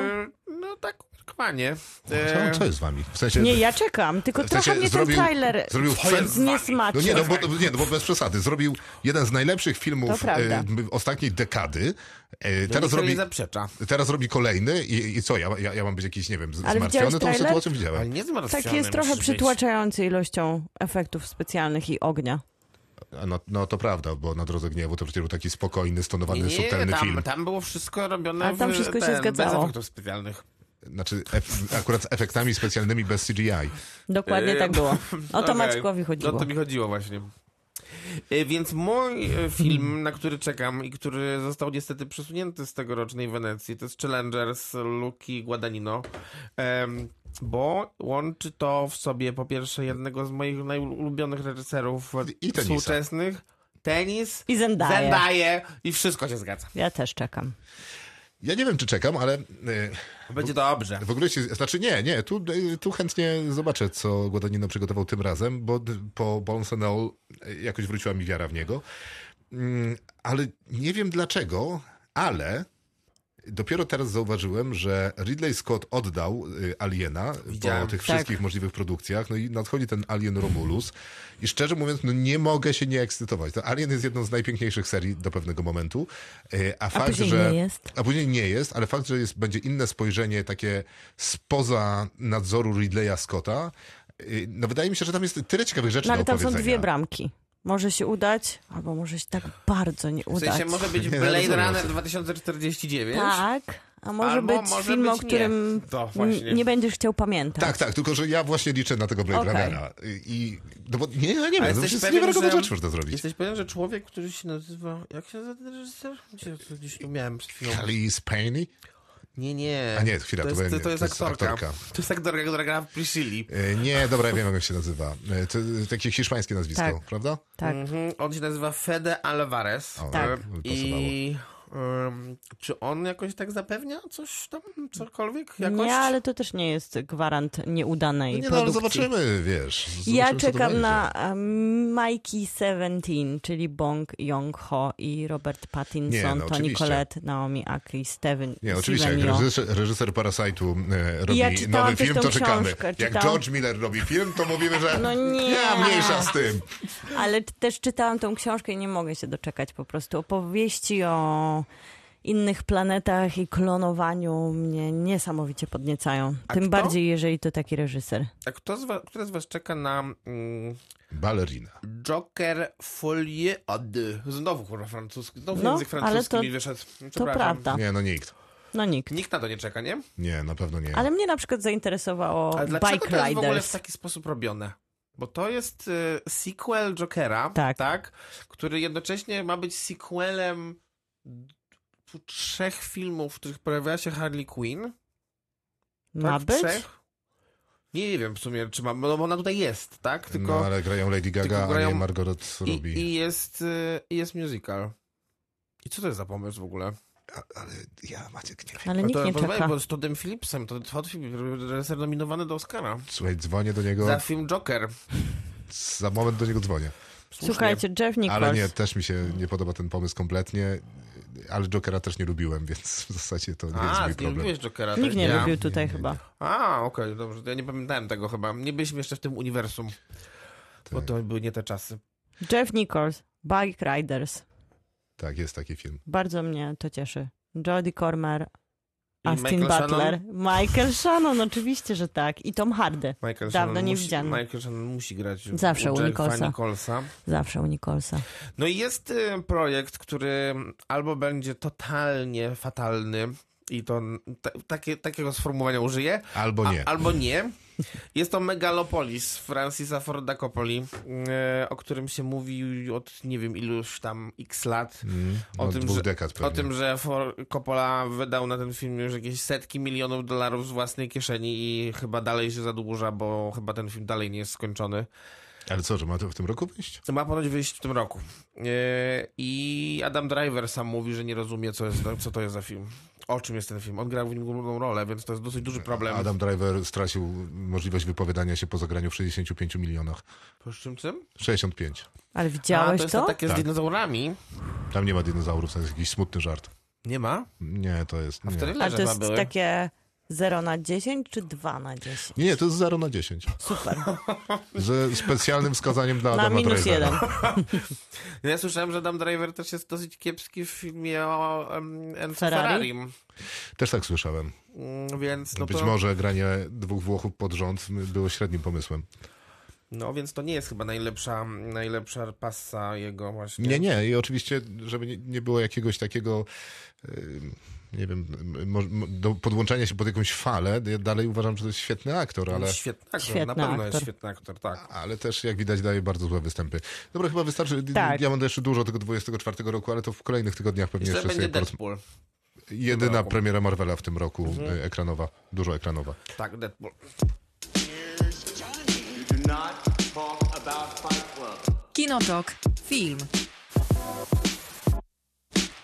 no. tak umiarkowanie. E, Co, co jest z wami? W sensie... Nie, ja czekam, tylko w sensie trochę mnie ten zrobił- trailer Zrobił przed... zniesmaczył. No nie, no bo, nie, no bo bez przesady. Zrobił jeden z najlepszych To filmów prawda. e, ostatniej dekady. E, teraz teraz robi... No nie zaprzecza. Teraz robi kolejny i, i co, ja, ja, ja mam być jakiś, nie wiem, z- Ale widziałeś zmartwiony No tą trailer? sytuacją? Ale Widziałem. nie zmartwiony Tak jest trochę musisz być. przytłaczający ilością efektów specjalnych i ognia. A No, no to prawda, bo na Drodze Gniewu to przecież był taki spokojny, stonowany, Nie, subtelny nie, film. tam, tam było wszystko robione A tam w, wszystko się ten, zgadzało. bez efektów specjalnych. Znaczy, ef- akurat z efektami specjalnymi bez CGI. Dokładnie E, tak było. O to Okej. Maćkowi O chodziło. to mi chodziło właśnie. E, Więc mój e, film, na który czekam i który został niestety przesunięty z tegorocznej Wenecji, to jest Challengers Luki Guadagnino, Em, bo łączy to w sobie po pierwsze jednego z moich najulubionych reżyserów I tenisa. współczesnych, tenis, I Zendaya. Zendaya i wszystko się zgadza. Ja też czekam. Ja nie wiem, czy czekam, ale e, Będzie dobrze. w ogóle się... Znaczy nie, nie, tu, e, tu chętnie zobaczę, co Guadagnino przygotował tym razem, bo d- po Bones and All e, jakoś wróciła mi wiara w niego. Mm, ale nie wiem dlaczego, ale... Dopiero teraz zauważyłem, że Ridley Scott oddał y, Aliena Widziałem. po tych Tak. wszystkich możliwych produkcjach, no i nadchodzi ten Alien Romulus i szczerze mówiąc, no nie mogę się nie ekscytować. To Alien jest jedną z najpiękniejszych serii do pewnego momentu, y, a fakt, później że... nie jest. A później nie jest, ale fakt, że jest, będzie inne spojrzenie takie spoza nadzoru Ridleya Scotta, y, no wydaje mi się, że tam jest tyle ciekawych rzeczy No do ale tam są opowiedzenia. dwie bramki. Może się udać, albo może się tak bardzo nie W udać. sensie może być Nie, Blade rozumiem. Runner 2049. Tak, a może Albo być może film, być o nie. którym To n- właśnie. nie będziesz chciał pamiętać. Tak, tak, tylko że ja właśnie liczę na tego Blade Okej. Runnera. Y, I, no bo nie, ja nie A wiem, to jesteś jest pewien, niewiarygodne że- rzeczy można zrobić. Jesteś pewien, że człowiek, który się nazywa... Jak się nazywa ten reżyser? Gdzie to gdzieś tu miałem przed chwilą. Alice Payne? Nie, nie. A nie, chwila, Tak. to to jest, będzie- to, jest aktorka. To jest aktorka, która gra w Priscilli. E, Nie, dobra, ja wiem jak się nazywa. E, To e, takie hiszpańskie nazwisko, Tak. prawda? Tak. Mhm, on się nazywa Fede Alvarez. O, Tak. pasowało. I... ym, czy on jakoś tak zapewnia coś tam, cokolwiek? Jakoś? Nie, ale to też nie jest gwarant No nieudanej nie, no, ale produkcji. zobaczymy, wiesz. Zobaczymy, Ja co no. to czekam będzie. na um, Mikey 17, czyli Bong Joon-ho i Robert Nie, Pattinson, no, Tony oczywiście. Collette, Naomi Aki, Steven Nie, oczywiście, jak Steven Yeun. reżyser, reżyser Parasite'u e, robi Ja czytałam nowy też film, tą to czekamy. książkę, jak czytałam. George Miller robi film, to mówimy, że No nie. ja mniejsza z tym. Ale t- też czytałam tą książkę i nie mogę się doczekać po prostu. Opowieści o innych planetach i klonowaniu mnie niesamowicie podniecają. A Tym kto? bardziej, jeżeli to taki reżyser. A kto z was, który z was czeka na mm, Balerina. Joker Folie Ode? Znowu kurwa francuski, znowu No, język ale francuski to- mi wyszedł. To Przepraszam. prawda. Nie, no nikt. No nikt. Nikt na to nie czeka, nie? Nie, na pewno nie. Ale mnie na przykład zainteresowało Ale dlaczego Bike to jest w ogóle w Riders. taki sposób robione? Bo to jest y, sequel Jokera, Tak. tak. który jednocześnie ma być sequelem d- trzech filmów, w których pojawia się Harley Quinn. Ma tak? być? Trzech? Nie wiem w sumie, czy mam, no bo ona tutaj jest, tak? Tylko, no ale grają Lady Gaga, tylko grają- a nie Margot Robbie. i, i jest, y, i jest musical. I co to jest za pomysł w ogóle? A, ale ja, Maciek, nie wiem. Ale No to nikt nie porozmawiaj, czeka. bo z Toddem Phillipsem, to Todd Phillips, reżyser nominowany do Oscara. Słuchaj, dzwonię do niego, Za film Joker. za moment do niego dzwonię. Słusznie. Słuchajcie, Jeff Nichols. Ale nie, też mi się nie podoba ten pomysł kompletnie, ale Jokera też nie lubiłem, więc w zasadzie to nie jest mój A, ty nie problem. lubiłeś Jokera. Nikt tak? nie Ja. lubił tutaj chyba. A, okej, dobrze, to ja nie pamiętałem tego chyba. Nie byliśmy jeszcze w tym uniwersum. Bo to były nie te czasy. Jeff Nichols, Bike Riders. Tak, jest taki film. Bardzo mnie to cieszy. Jodie Cormer, I Austin Michael Butler, Shannon? Michael Shannon, oczywiście, że tak. I Tom Hardy. Dawno Michael Shannon nie musi, widziany. Michael Shannon musi grać w- Zawsze u Jacka Nicholsa. Nicholsa. Zawsze u Nicholsa. No i jest y, projekt, który albo będzie totalnie fatalny i to ta, takie, takiego sformułowania użyję, Albo nie. A, albo nie. Jest to Megalopolis Francisa Forda Coppoli, e, o którym się mówi od nie wiem iluś tam x lat. o Mm, od tym, dwóch że, dekad O pewnie. tym, że For Coppola wydał na ten film już jakieś setki milionów dolarów z własnej kieszeni i chyba dalej się zadłuża, bo chyba ten film dalej nie jest skończony. Ale co, że ma to w tym roku wyjść? Ma ponoć wyjść w tym roku. E, I Adam Driver sam mówi, że nie rozumie, co, jest, co to jest za film. O czym jest ten film? On grał w nim główną rolę, więc to jest dosyć duży problem. Adam Driver stracił możliwość wypowiadania się po zagraniu w 65 milionach. Po czym czym? 65. Ale A, widziałeś to jest to? to takie Tak. z dinozaurami. Tam nie ma dinozaurów, to jest jakiś smutny żart. Nie ma? Nie, to jest... A w Nie, A trailerze to chyba jest były. takie 0 na 10 czy 2 na 10? nie, nie to jest 0 na 10. Super. Ze specjalnym wskazaniem dla Na Adama minus Drivera. jeden. Ja słyszałem, że Adam Driver też jest dosyć kiepski w filmie o um, Enzo Ferrari? Ferrari. Też tak słyszałem. Mm, Więc no Być to... może granie dwóch Włochów pod rząd było średnim pomysłem. No więc to nie jest chyba najlepsza, najlepsza passa jego właśnie. Nie, nie. I oczywiście, żeby nie, nie było jakiegoś takiego, ym, nie wiem, m- mo- m- do podłączenia się pod jakąś falę, ja dalej uważam, że to jest świetny aktor, ale, Jest Świetny aktor, Świetny na pewno aktor. jest świetny aktor, tak. ale też jak widać daje bardzo złe występy. Dobra, chyba wystarczy. Tak. Ja mam jeszcze dużo tego 24 roku, ale to w kolejnych tygodniach pewnie I to jeszcze będzie porozm- Deadpool. Jedyna roku. premiera Marvela w tym roku Mhm. y, ekranowa, dużo ekranowa. Tak, Deadpool. You do not talk about Fight Club. Kinotok. Film.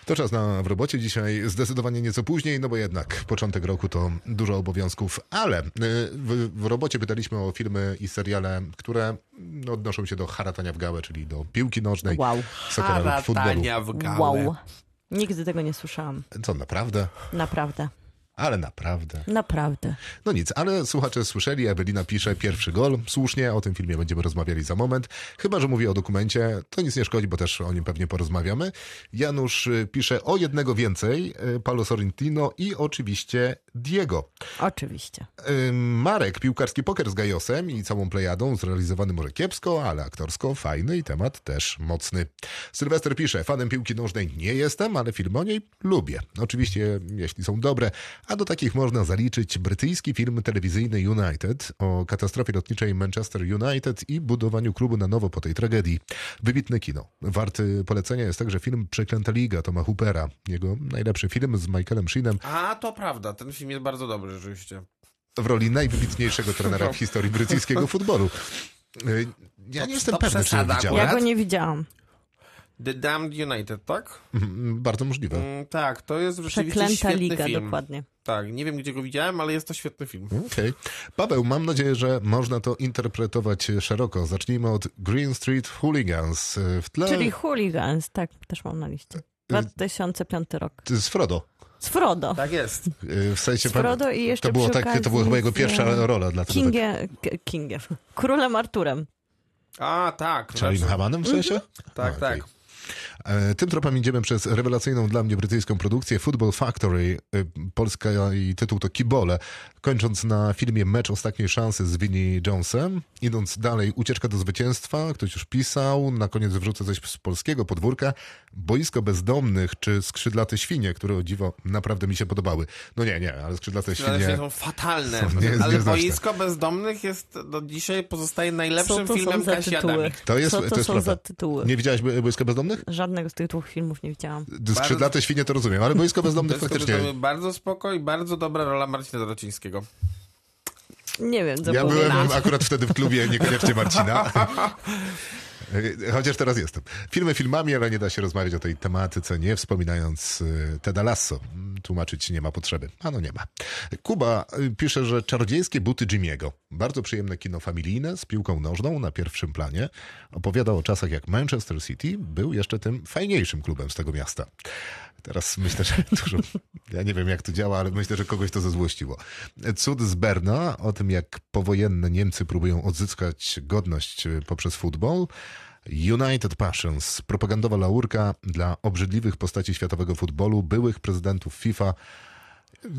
To czas na w robocie dzisiaj, zdecydowanie nieco później, no bo jednak początek roku to dużo obowiązków, ale y, w, w robocie pytaliśmy o filmy i seriale, które no, odnoszą się do haratania w gałę, czyli do piłki nożnej, Wow. sokera lub no, futbolu. Haratania w gałę. Wow. Nigdy tego nie słyszałam. Co, naprawdę? Naprawdę. Ale naprawdę. Naprawdę. No nic, ale słuchacze słyszeli, Ewelina pisze pierwszy gol, słusznie, o tym filmie będziemy rozmawiali za moment. Chyba, że mówię o dokumencie, to nic nie szkodzi, bo też o nim pewnie porozmawiamy. Janusz y, pisze o jednego więcej, y, Paolo Sorrentino i oczywiście Diego. Oczywiście. Ym, Marek, piłkarski poker z Gajosem i całą plejadą, zrealizowany może kiepsko, ale aktorsko fajny i temat też mocny. Sylwester pisze, fanem piłki nożnej nie jestem, ale filmy o niej lubię. Oczywiście, jeśli są dobre, a do takich można zaliczyć brytyjski film telewizyjny United o katastrofie lotniczej Manchester United i budowaniu klubu na nowo po tej tragedii. Wybitne kino. Warty polecenia jest także film Przeklęta Liga Toma Hoopera, jego najlepszy film z Michaelem Sheenem A, to prawda, ten film jest bardzo dobry rzeczywiście. w roli najwybitniejszego trenera w historii brytyjskiego futbolu. Y, Ja nie jestem to pewny, czy przesada widziałem. Ja Akurat? go nie widziałam. The Damned United, tak? Mm, Bardzo możliwe. Mm, tak, to jest rzeczywiście Przeklęta świetny liga, film. dokładnie. Tak, nie wiem gdzie go widziałem, ale jest to świetny film. Okej. Paweł, mam nadzieję, że można to interpretować szeroko. Zacznijmy od Green Street Hooligans y, w tle Czyli Hooligans, tak, też mam na liście. 2005 rok. z Frodo. Z Frodo. Tak jest. Y, W sensie Z Frodo i jeszcze to było przy tak, to była okazji chyba jego z- e, pierwsza rola dla tego. Tak. Kingiem, K- Kingiem. Królem Arturem. A, tak. Charlie znaczy- Hamanem w sensie? Tak, No, okej. tak. E, Tym tropem idziemy przez rewelacyjną dla mnie brytyjską produkcję Football Factory. E, Polska i tytuł to Kibole. Kończąc na filmie Mecz ostatniej szansy z Vinnie Jonesem. Idąc dalej, Ucieczka do zwycięstwa. Ktoś już pisał. Na koniec wrzucę coś z polskiego podwórka. Boisko bezdomnych czy Skrzydlate świnie, które o dziwo naprawdę mi się podobały. No nie, nie, ale Skrzydlate Ale świnie... są fatalne. Są nie- ale nieznośne. Boisko Bezdomnych jest do dzisiaj pozostaje Co najlepszym to są filmem za Kasi tytuły? Adamik. To jest, Co to, to jest są prawda. za tytuły? Nie widziałeś Bo- Boiska bezdomnych? Żadnego z tych dwóch filmów nie widziałam. Skrzydlate świnie to rozumiem, ale Boisko bezdomnych Boisko faktycznie... Bezdomnych, Bardzo spoko i bardzo dobra rola Marcina Dorocińskiego. Nie wiem, co Ja byłem powiedzieć. akurat wtedy w klubie, niekoniecznie Marcina. Chociaż teraz jestem. Filmy filmami, ale nie da się rozmawiać o tej tematyce, nie wspominając y, Teda Lasso. Mm, Tłumaczyć nie ma potrzeby. A no nie ma. Kuba y, pisze, że Czarodziejskie buty Jimiego. Bardzo przyjemne kino familijne z piłką nożną na pierwszym planie. Opowiada o czasach, jak Manchester City był jeszcze tym fajniejszym klubem z tego miasta. Teraz myślę, że dużo. Ja nie wiem, jak to działa, ale myślę, że kogoś to zezłościło. Cud z Berna o tym, jak powojenne Niemcy próbują odzyskać godność y, poprzez futbol. United Passions, propagandowa laurka dla obrzydliwych postaci światowego futbolu, byłych prezydentów FIFA,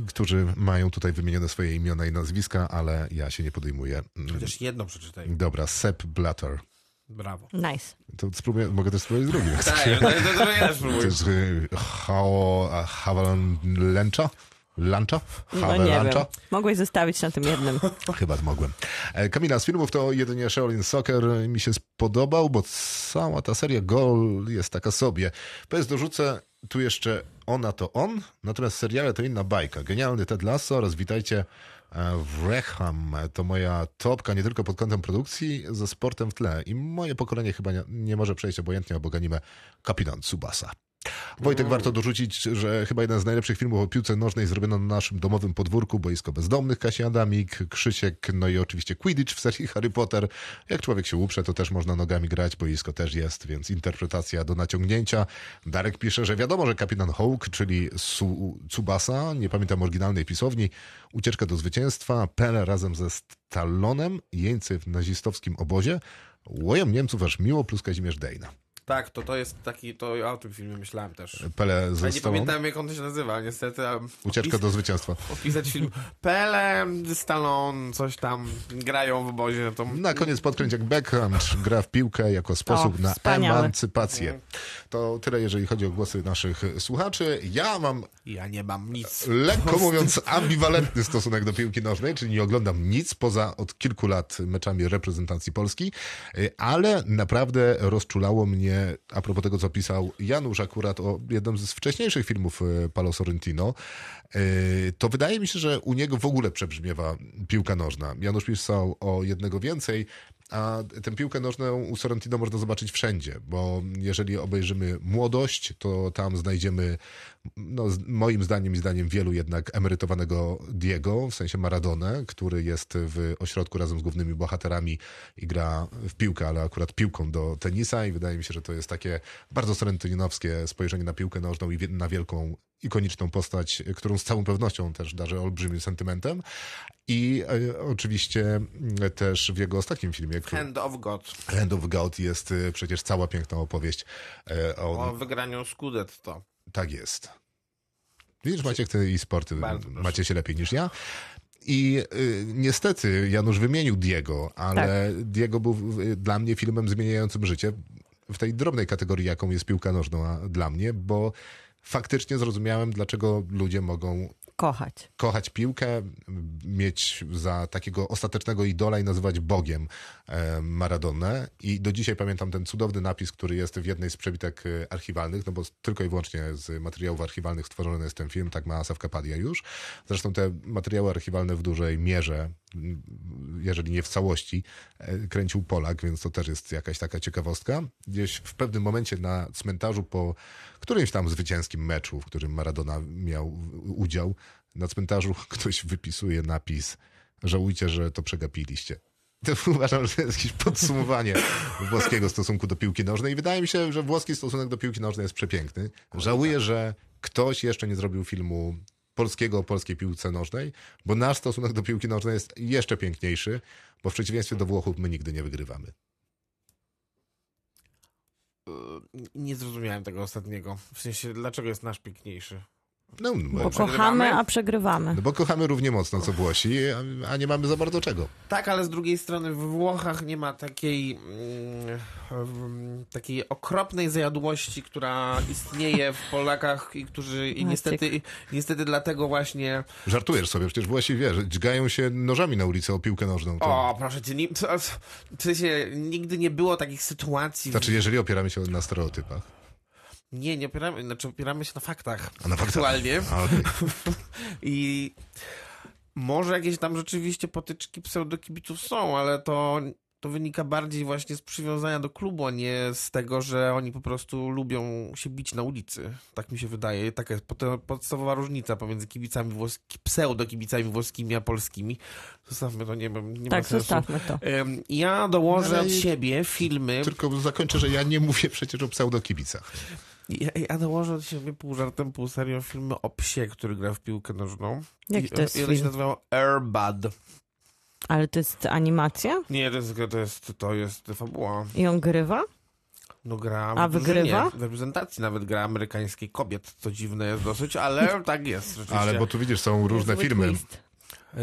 którzy mają tutaj wymienione swoje imiona i nazwiska, ale ja się nie podejmuję. Mm, Chociaż jedno przeczytaj. Dobra, Sepp Blatter. Brawo. Nice. To spróbuję, mogę też spróbować drugi. jak Tak, chcesz. to, to, to ja spróbuję. To jest y, Hao... a, Hawalan Lęcza? Lancza? No nie wiem. Mogłeś zostawić na tym jednym. Chyba mogłem. E, Kamila, z filmów to jedynie Shaolin Soccer mi się spodobał, bo cała ta seria Gol jest taka sobie. PS dorzucę tu jeszcze Ona to On, natomiast seriale to inna bajka. Genialny Ted Lasso oraz witajcie e, Wrecham. To moja topka nie tylko pod kątem produkcji, ze sportem w tle. I moje pokolenie chyba nie, nie może przejść obojętnie obok anime Kapitan Tsubasa. Wojtek, warto dorzucić, że chyba jeden z najlepszych filmów o piłce nożnej zrobiono na naszym domowym podwórku, boisko bezdomnych, Kasia Adamik, Krzysiek, no i oczywiście Quidditch w serii Harry Potter. Jak człowiek się uprze, to też można nogami grać, boisko też jest, więc interpretacja do naciągnięcia. Darek pisze, że wiadomo, że kapitan Hawk, czyli Su- Tsubasa, nie pamiętam oryginalnej pisowni, ucieczka do zwycięstwa, Pele razem ze Stallonem, jeńcy w nazistowskim obozie, łojem Niemców aż miło, plus Kazimierz Dejna. Tak, to, to jest taki, to ja o tym filmie myślałem też. Pele Ja ze nie Stallonem, pamiętam jak on to się nazywa, niestety. a ucieczka opis- do zwycięstwa. Opisać film. Pele, Stallone, coś tam grają w obozie. To... Ehm, Na koniec podkręć jak Beckham gra w piłkę jako sposób na wspaniałe. emancypację. To tyle, jeżeli chodzi o głosy naszych słuchaczy. Ja mam, Ja nie mam nic. lekko mówiąc, ambiwalentny stosunek do piłki nożnej, czyli nie oglądam nic poza od kilku lat meczami reprezentacji Polski, y, ale naprawdę rozczulało mnie, a propos tego, co pisał Janusz akurat o jednym z wcześniejszych filmów y, Palo Sorrentino, y, to wydaje mi się, że u niego w ogóle przebrzmiewa piłka nożna. Janusz pisał o jednego więcej, a tę piłkę nożną u Sorrentino można zobaczyć wszędzie, bo jeżeli obejrzymy młodość, to tam znajdziemy, no, z- moim zdaniem i zdaniem wielu jednak emerytowanego Diego, w sensie Maradonę, który jest w ośrodku razem z głównymi bohaterami i gra w piłkę, ale akurat piłką do tenisa i wydaje mi się, że to jest takie bardzo sorrentinowskie spojrzenie na piłkę nożną i wie- na wielką ikoniczną postać, którą z całą pewnością też darzę olbrzymim sentymentem. I e, oczywiście m, też w jego ostatnim filmie, który- Hand of God. Hand of God jest y, przecież cała piękna opowieść. e, O O, wygraniu Skudet to. tak jest. Widzisz, Maciek, ty i sporty Bardzo proszę. macie się lepiej niż ja. I y, niestety Janusz wymienił Diego, ale Diego był y, dla mnie filmem zmieniającym życie w tej drobnej kategorii, jaką jest piłka nożna dla mnie, bo faktycznie zrozumiałem, dlaczego ludzie mogą Kochać. kochać piłkę, mieć za takiego ostatecznego idola i nazywać Bogiem e, Maradonę. I do dzisiaj pamiętam ten cudowny napis, który jest w jednej z przebitek e, archiwalnych, no bo z- tylko i wyłącznie z materiałów archiwalnych stworzony jest ten film, tak ma Sawkapadia już. Zresztą te materiały archiwalne w dużej mierze, m, jeżeli nie w całości, e, kręcił Polak, więc to też jest jakaś taka ciekawostka. Gdzieś w pewnym momencie na cmentarzu po którymś tam zwycięskim meczu, w którym Maradona miał w- udział, na cmentarzu ktoś wypisuje napis żałujcie, że to przegapiliście. To uważam, że to jest jakieś podsumowanie włoskiego stosunku do piłki nożnej i wydaje mi się, że włoski stosunek do piłki nożnej jest przepiękny. Żałuję, że ktoś jeszcze nie zrobił filmu polskiego o polskiej piłce nożnej, bo nasz stosunek do piłki nożnej jest jeszcze piękniejszy, bo w przeciwieństwie do Włochów my nigdy nie wygrywamy. Y, Nie zrozumiałem tego ostatniego. W sensie, dlaczego jest nasz piękniejszy? No, Bo bo, kochamy, a przegrywamy. no bo kochamy równie mocno co Włosi, a, a nie mamy za bardzo czego. Tak, ale z drugiej strony w Włochach nie ma takiej mm, em, takiej okropnej zajadłości, która istnieje w Polakach i którzy i Maciek. niestety, niestety dlatego właśnie Żartujesz sobie, przecież Włosi, wiesz, dźgają się nożami na ulicy o piłkę nożną. To... o, proszę cię, ni- co- w sensie nigdy nie było takich sytuacji. w- Znaczy, jeżeli opieramy się na stereotypach. Nie, nie opieramy, znaczy opieramy się na faktach A na faktach. aktualnie A, okej. i Może jakieś tam rzeczywiście potyczki pseudokibiców są, ale to, to wynika bardziej właśnie z przywiązania do klubu, a nie z tego, że oni po prostu lubią się bić na ulicy. Tak mi się wydaje. Taka jest pot- podstawowa różnica pomiędzy kibicami włoskimi, pseudokibicami włoskimi a polskimi. Zostawmy to, nie, wiem, nie Tak, ma sensu. zostawmy to. Ym, Ja dołożę Ale- od siebie filmy. Tylko zakończę, że ja nie mówię przecież o pseudokibicach. Ja, ja dołożę od siebie pół żartem, pół serio filmy o psie, który gra w piłkę nożną. Jaki I- to jest I one się film? nazywają Airbud. Ale to jest animacja? Nie, to jest, to jest, to jest fabuła. I on grywa? No gra A w drużynie, wygrywa? W reprezentacji nawet gra amerykańskiej kobiet, co dziwne jest dosyć, ale tak jest rzeczywiście. Ale bo tu widzisz, są różne Niezły filmy. twist.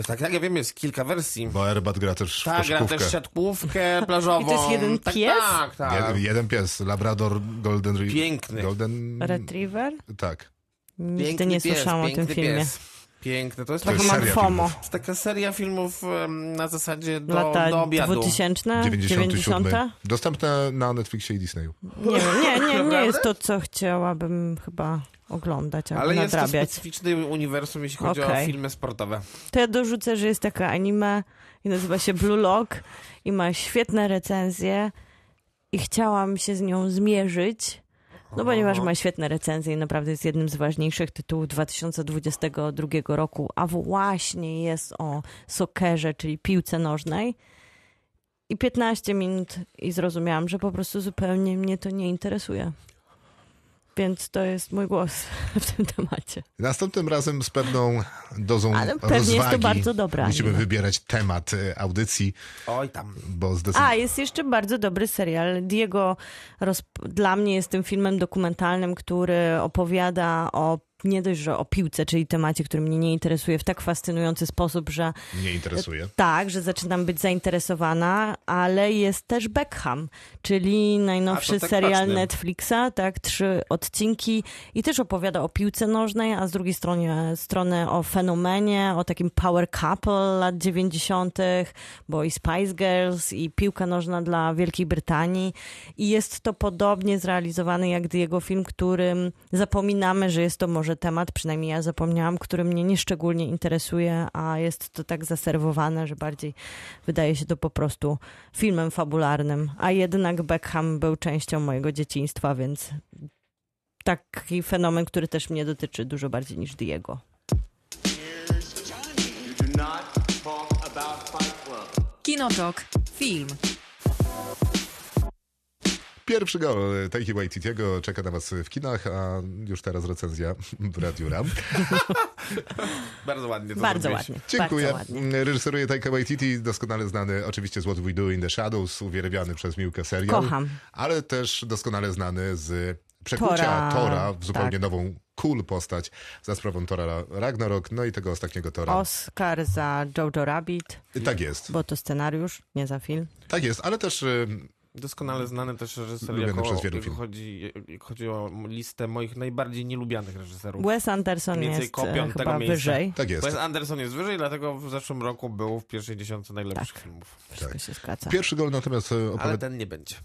Tak, jak ja wiem, jest kilka wersji. Bo Erbat gra też w Tak, gra koszykówkę. też siatkówkę plażową. I to jest jeden tak, pies? Tak, tak. Jed- jeden pies, Labrador Golden Retriever. Piękny. Golden... Retriever? Tak. Nigdy Piękny nie pies, słyszałam o piękny tym filmie. Pies. Piękny, to jest, To taka, Trochę jest mam seria FOMO. filmów. ma- taka seria filmów em, na zasadzie do, do Lata obiadu. 2000? 97. 90? Dostępne na Netflixie i Disneyu. Nie, wiem, nie, nie, nie Naprawdę? jest to, co chciałabym chyba oglądać, albo Ale jest to nadrabiać. specyficzny uniwersum, jeśli chodzi Okej. o filmy sportowe. To ja dorzucę, że jest taka anime i nazywa się Blue Lock i ma świetne recenzje i chciałam się z nią zmierzyć, no ponieważ ma świetne recenzje i naprawdę jest jednym z ważniejszych tytułów 2022 roku, a właśnie jest o sokerze, czyli piłce nożnej. I 15 minut i zrozumiałam, że po prostu zupełnie mnie to nie interesuje. Więc to jest mój głos w tym temacie. Następnym razem z pewną dozą Ale pewnie jest Um, rozwagi to bardzo no. dobra musimy anime. wybierać temat e, audycji, Oj tam. bo A, zdecydowanie... jest jeszcze bardzo dobry serial. Diego roz... dla mnie jest tym filmem dokumentalnym, który opowiada o nie dość, że o piłce, czyli temacie, który mnie nie interesuje w tak fascynujący sposób, że Mnie interesuje. tak, że zaczynam być zainteresowana, ale jest też Beckham, czyli najnowszy A, to tak serial patrzny. Netflixa, tak, trzy odcinki i też opowiada o piłce nożnej, a z drugiej strony, strony o fenomenie, o takim power couple lat 90., bo i Spice Girls i piłka nożna dla Wielkiej Brytanii i jest to podobnie zrealizowany jak jego film, którym zapominamy, że jest to może temat, przynajmniej ja zapomniałam, który mnie nieszczególnie interesuje, a jest to tak zaserwowane, że bardziej wydaje się to po prostu filmem fabularnym. A jednak Beckham był częścią mojego dzieciństwa, więc taki fenomen, który też mnie dotyczy dużo bardziej niż Diego. You do not talk about Fight Club. Kinotok. Film. Pierwszy gol e, Taiki Waititiego czeka na was w kinach, a już teraz recenzja w Radiu Ram. Bardzo ładnie to Bardzo zrobiłeś. ładnie. Dziękuję. Bardzo ładnie. Reżyseruje Taika Waititi, doskonale znany oczywiście z What We Do in the Shadows, uwielbiany przez Miłkę serial. Kocham. Ale też doskonale znany z przekucia Tora, Tora. w zupełnie Tak. nową, cool postać za sprawą Tora Ragnarok, no i tego ostatniego Tora. Oscar za Jojo Rabbit, tak jest, bo to scenariusz, nie za film. tak jest, ale też y, Doskonale znany też reżyser, Lubiany jako, przez wielu jak film. chodzi, jak chodzi o listę moich najbardziej nielubianych reżyserów. Wes Anderson Mniej więcej jest kopią e, tego chyba miejsca. wyżej. tak jest. Wes Anderson jest wyżej, dlatego w zeszłym roku był w pierwszej dziesiątce najlepszych filmów. Wszystko się zgadza. Pierwszy gol natomiast y, Ale opowiada, ten nie będzie.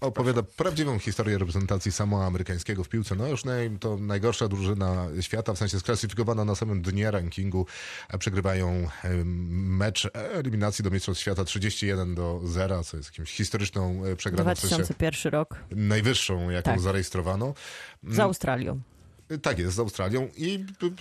opowiada prawdziwą historię reprezentacji Samoa amerykańskiego w piłce nożnej. To najgorsza drużyna świata, w sensie sklasyfikowana na samym dnie rankingu. A Przegrywają em, mecz eliminacji do Mistrzostw Świata 31 do 0, co jest jakimś historyczną e, przegraną, w sensie 2001 rok najwyższą, jaką Tak. zarejestrowano. z Mm. Australią. Tak jest, z Australią i p- p-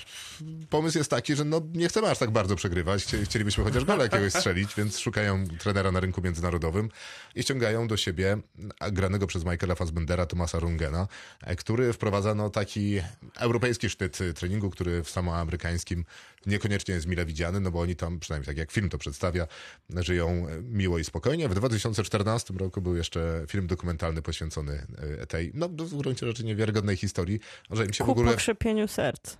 pomysł jest taki, że no nie chcemy aż tak bardzo przegrywać, Chci- chcielibyśmy chociaż gola jakiegoś strzelić, więc szukają trenera na rynku międzynarodowym i ściągają do siebie a, granego przez Michaela Fassbendera Tomasa Rungena, e, który wprowadza no, taki europejski sztyt e, treningu, który w samoamerykańskim niekoniecznie jest mile widziany, no bo oni tam, przynajmniej tak jak film to przedstawia, żyją e, miło i spokojnie. W 2014 roku był jeszcze film dokumentalny poświęcony e, tej, no w gruncie rzeczy niewiarygodnej historii, że im się w Ku ogóle... pokrzepieniu serc.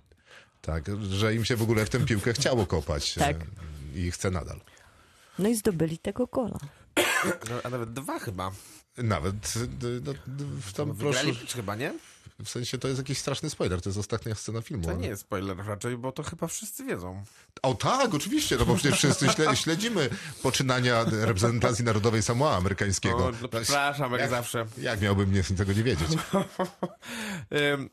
Tak, że im się w ogóle w tę piłkę chciało kopać. Tak. e, I chce nadal. No i zdobyli tego gola. No, A nawet dwa chyba. Nawet e, no, d- w tam proszę, Wygrali chyba, nie? w sensie to jest jakiś straszny spoiler, to jest ostatnia scena filmu. To ale- nie jest spoiler raczej, bo to chyba wszyscy wiedzą. O tak, oczywiście, no bo przecież wszyscy śle, śledzimy poczynania reprezentacji narodowej Samoa amerykańskiego. no, O, no, przepraszam, jak zawsze. Jak miałbym nie, tego nie wiedzieć? Ym,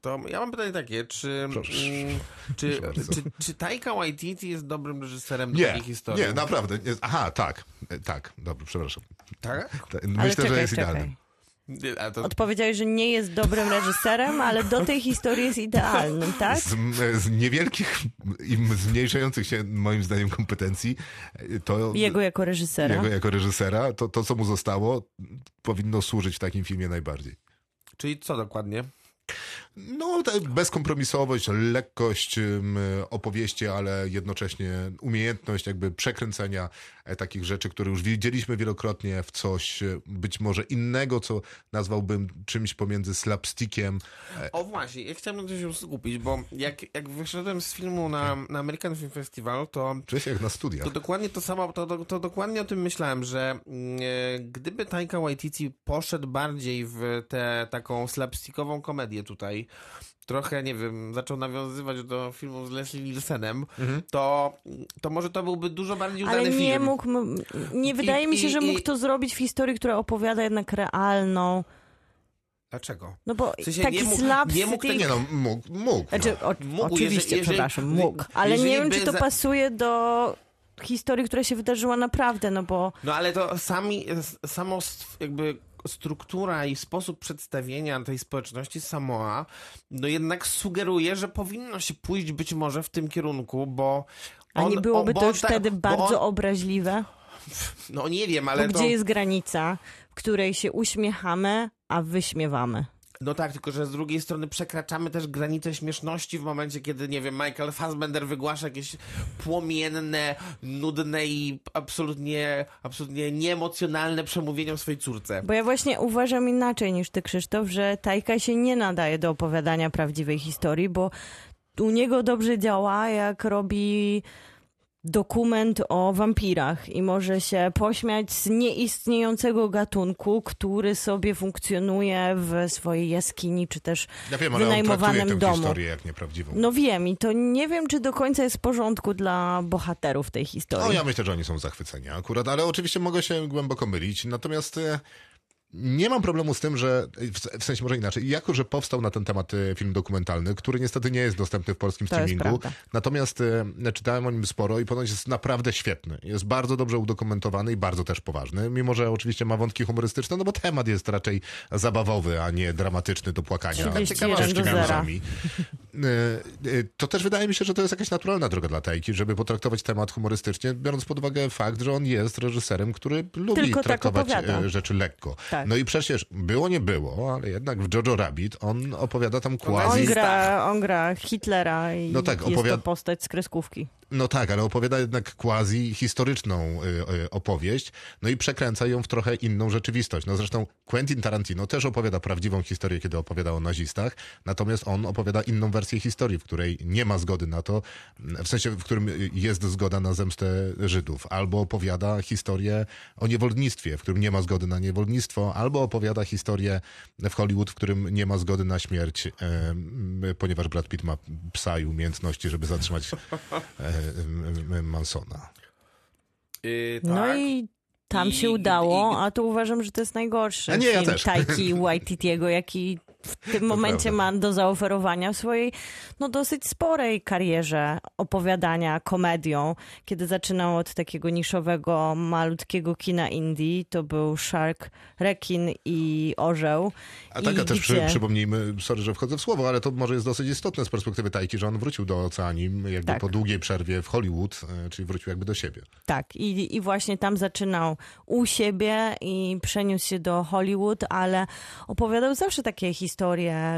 to ja mam pytanie takie, czy, Proszę. mm, czy, Proszę bardzo. czy, czy Taika Waititi jest dobrym reżyserem Nie, takiej historii? nie, naprawdę. nie. Aha, tak, e, tak, dobra, przepraszam. Tak? Ta- Ale Myślę, czekaj, że jest czekaj. idealny. Nie, A to, Odpowiedziałeś, że nie jest dobrym reżyserem, ale do tej historii jest idealnym, tak? Z, m- e, z niewielkich i m- zmniejszających się, moim zdaniem, kompetencji, e, to Jego jako reżysera. jego jako reżysera, to, to co mu zostało, powinno służyć w takim filmie najbardziej. czyli co dokładnie? No, ta bezkompromisowość, lekkość em, opowieści, ale jednocześnie umiejętność jakby przekręcenia e, takich rzeczy, które już widzieliśmy wielokrotnie w coś e, być może innego, co nazwałbym czymś pomiędzy slapstickiem. O właśnie, ja chciałbym coś się skupić, bo jak, jak wyszedłem z filmu na, na American Film Festival, to Cześć, jak na studiach. To dokładnie to samo, to, to, to dokładnie o tym myślałem, że mm, e, gdyby Taika Waititi poszedł bardziej w tę taką slapstickową komedię tutaj, trochę, nie wiem, zaczął nawiązywać do filmu z Leslie Nielsenem, to, to może to byłby dużo bardziej udany Mhm. Ale nie film. mógł, m- nie wydaje mi się, i- że i- mógł to zrobić w historii, która opowiada jednak realną. Dlaczego? No bo W sensie taki nie mógł- slapstick... nie mógł tego- Nie no, mógł, mógł. no. Znaczy, o, Mógł, oczywiście, jeżeli- jeżeli- przepraszam, mógł. Ale jeżeli nie wiem, by czy to za- pasuje do historii, która się wydarzyła naprawdę, no bo No ale to sami, s- samo st- jakby struktura i sposób przedstawienia tej społeczności Samoa, no jednak sugeruje, że powinno się pójść być może w tym kierunku, bo a on- nie byłoby on- bo to on już ta- wtedy bo bardzo on- obraźliwe? No nie wiem, Bo ale to... gdzie jest granica, w której się uśmiechamy, a wyśmiewamy? No tak, tylko że z drugiej strony przekraczamy też granicę śmieszności w momencie, kiedy, nie wiem, Michael Fassbender wygłasza jakieś płomienne, nudne i absolutnie, absolutnie nieemocjonalne przemówienie o swojej córce. Bo ja właśnie uważam inaczej niż ty, Krzysztof, że Tajka się nie nadaje do opowiadania prawdziwej historii, bo u niego dobrze działa, jak robi dokument o wampirach i może się pośmiać z nieistniejącego gatunku, który sobie funkcjonuje w swojej jaskini, czy też Ja wiem, ale on traktuje wynajmowanym tę domu. historię jak nieprawdziwą. No wiem i to nie wiem, czy do końca jest w porządku dla bohaterów tej historii. No ja myślę, że oni są zachwyceni akurat, ale oczywiście mogę się głęboko mylić. Natomiast e, nie mam problemu z tym, że w, w sensie może inaczej, jako że powstał na ten temat e, film dokumentalny, który niestety nie jest dostępny w polskim To jest streamingu. prawda. Natomiast e, czytałem o nim sporo i ponoć jest naprawdę świetny. Jest bardzo dobrze udokumentowany i bardzo też poważny, mimo że oczywiście ma wątki humorystyczne, no bo temat jest raczej zabawowy, a nie dramatyczny do płakania. 31 ciężkimi do zera. łzami. E, e, To też wydaje mi się, że to jest jakaś naturalna droga dla Tajki, żeby potraktować temat humorystycznie, biorąc pod uwagę fakt, że on jest reżyserem, który lubi Tylko tak traktować opowiada. e, rzeczy lekko. Tak. No i przecież było nie było, ale jednak w Jojo Rabbit on opowiada tam quasi... On gra, on gra Hitlera i No tak, jest to opowiad- postać z kreskówki. No tak, ale opowiada jednak quasi historyczną y, y, opowieść, no i przekręca ją w trochę inną rzeczywistość. No zresztą Quentin Tarantino też opowiada prawdziwą historię, kiedy opowiada o nazistach, natomiast on opowiada inną wersję historii, w której nie ma zgody na to, m, w sensie, w którym y, jest zgoda na zemstę Żydów, albo opowiada historię o niewolnictwie, w którym nie ma zgody na niewolnictwo, albo opowiada historię w Hollywood, w którym nie ma zgody na śmierć, em, ponieważ Brad Pitt ma psa i umiejętności, żeby zatrzymać e, m- m- Mansona. Yy, No tak. i tam I- się i- udało, i- a to uważam, że to jest najgorszy A nie, ja film też. Taiki Waititiego, jaki w tym momencie ma do zaoferowania w swojej no dosyć sporej karierze opowiadania komedią. Kiedy zaczynał od takiego niszowego, malutkiego kina indie, to był Shark, Rekin i Orzeł. A tak, a I też przy, gdzie- przypomnijmy, sorry, że wchodzę w słowo, ale to może jest dosyć istotne z perspektywy Tajki, że on wrócił do Oceanim jakby Tak. po długiej przerwie w Hollywood, e, czyli wrócił jakby do siebie. Tak, i, i właśnie tam zaczynał u siebie i przeniósł się do Hollywood, ale opowiadał zawsze takie historie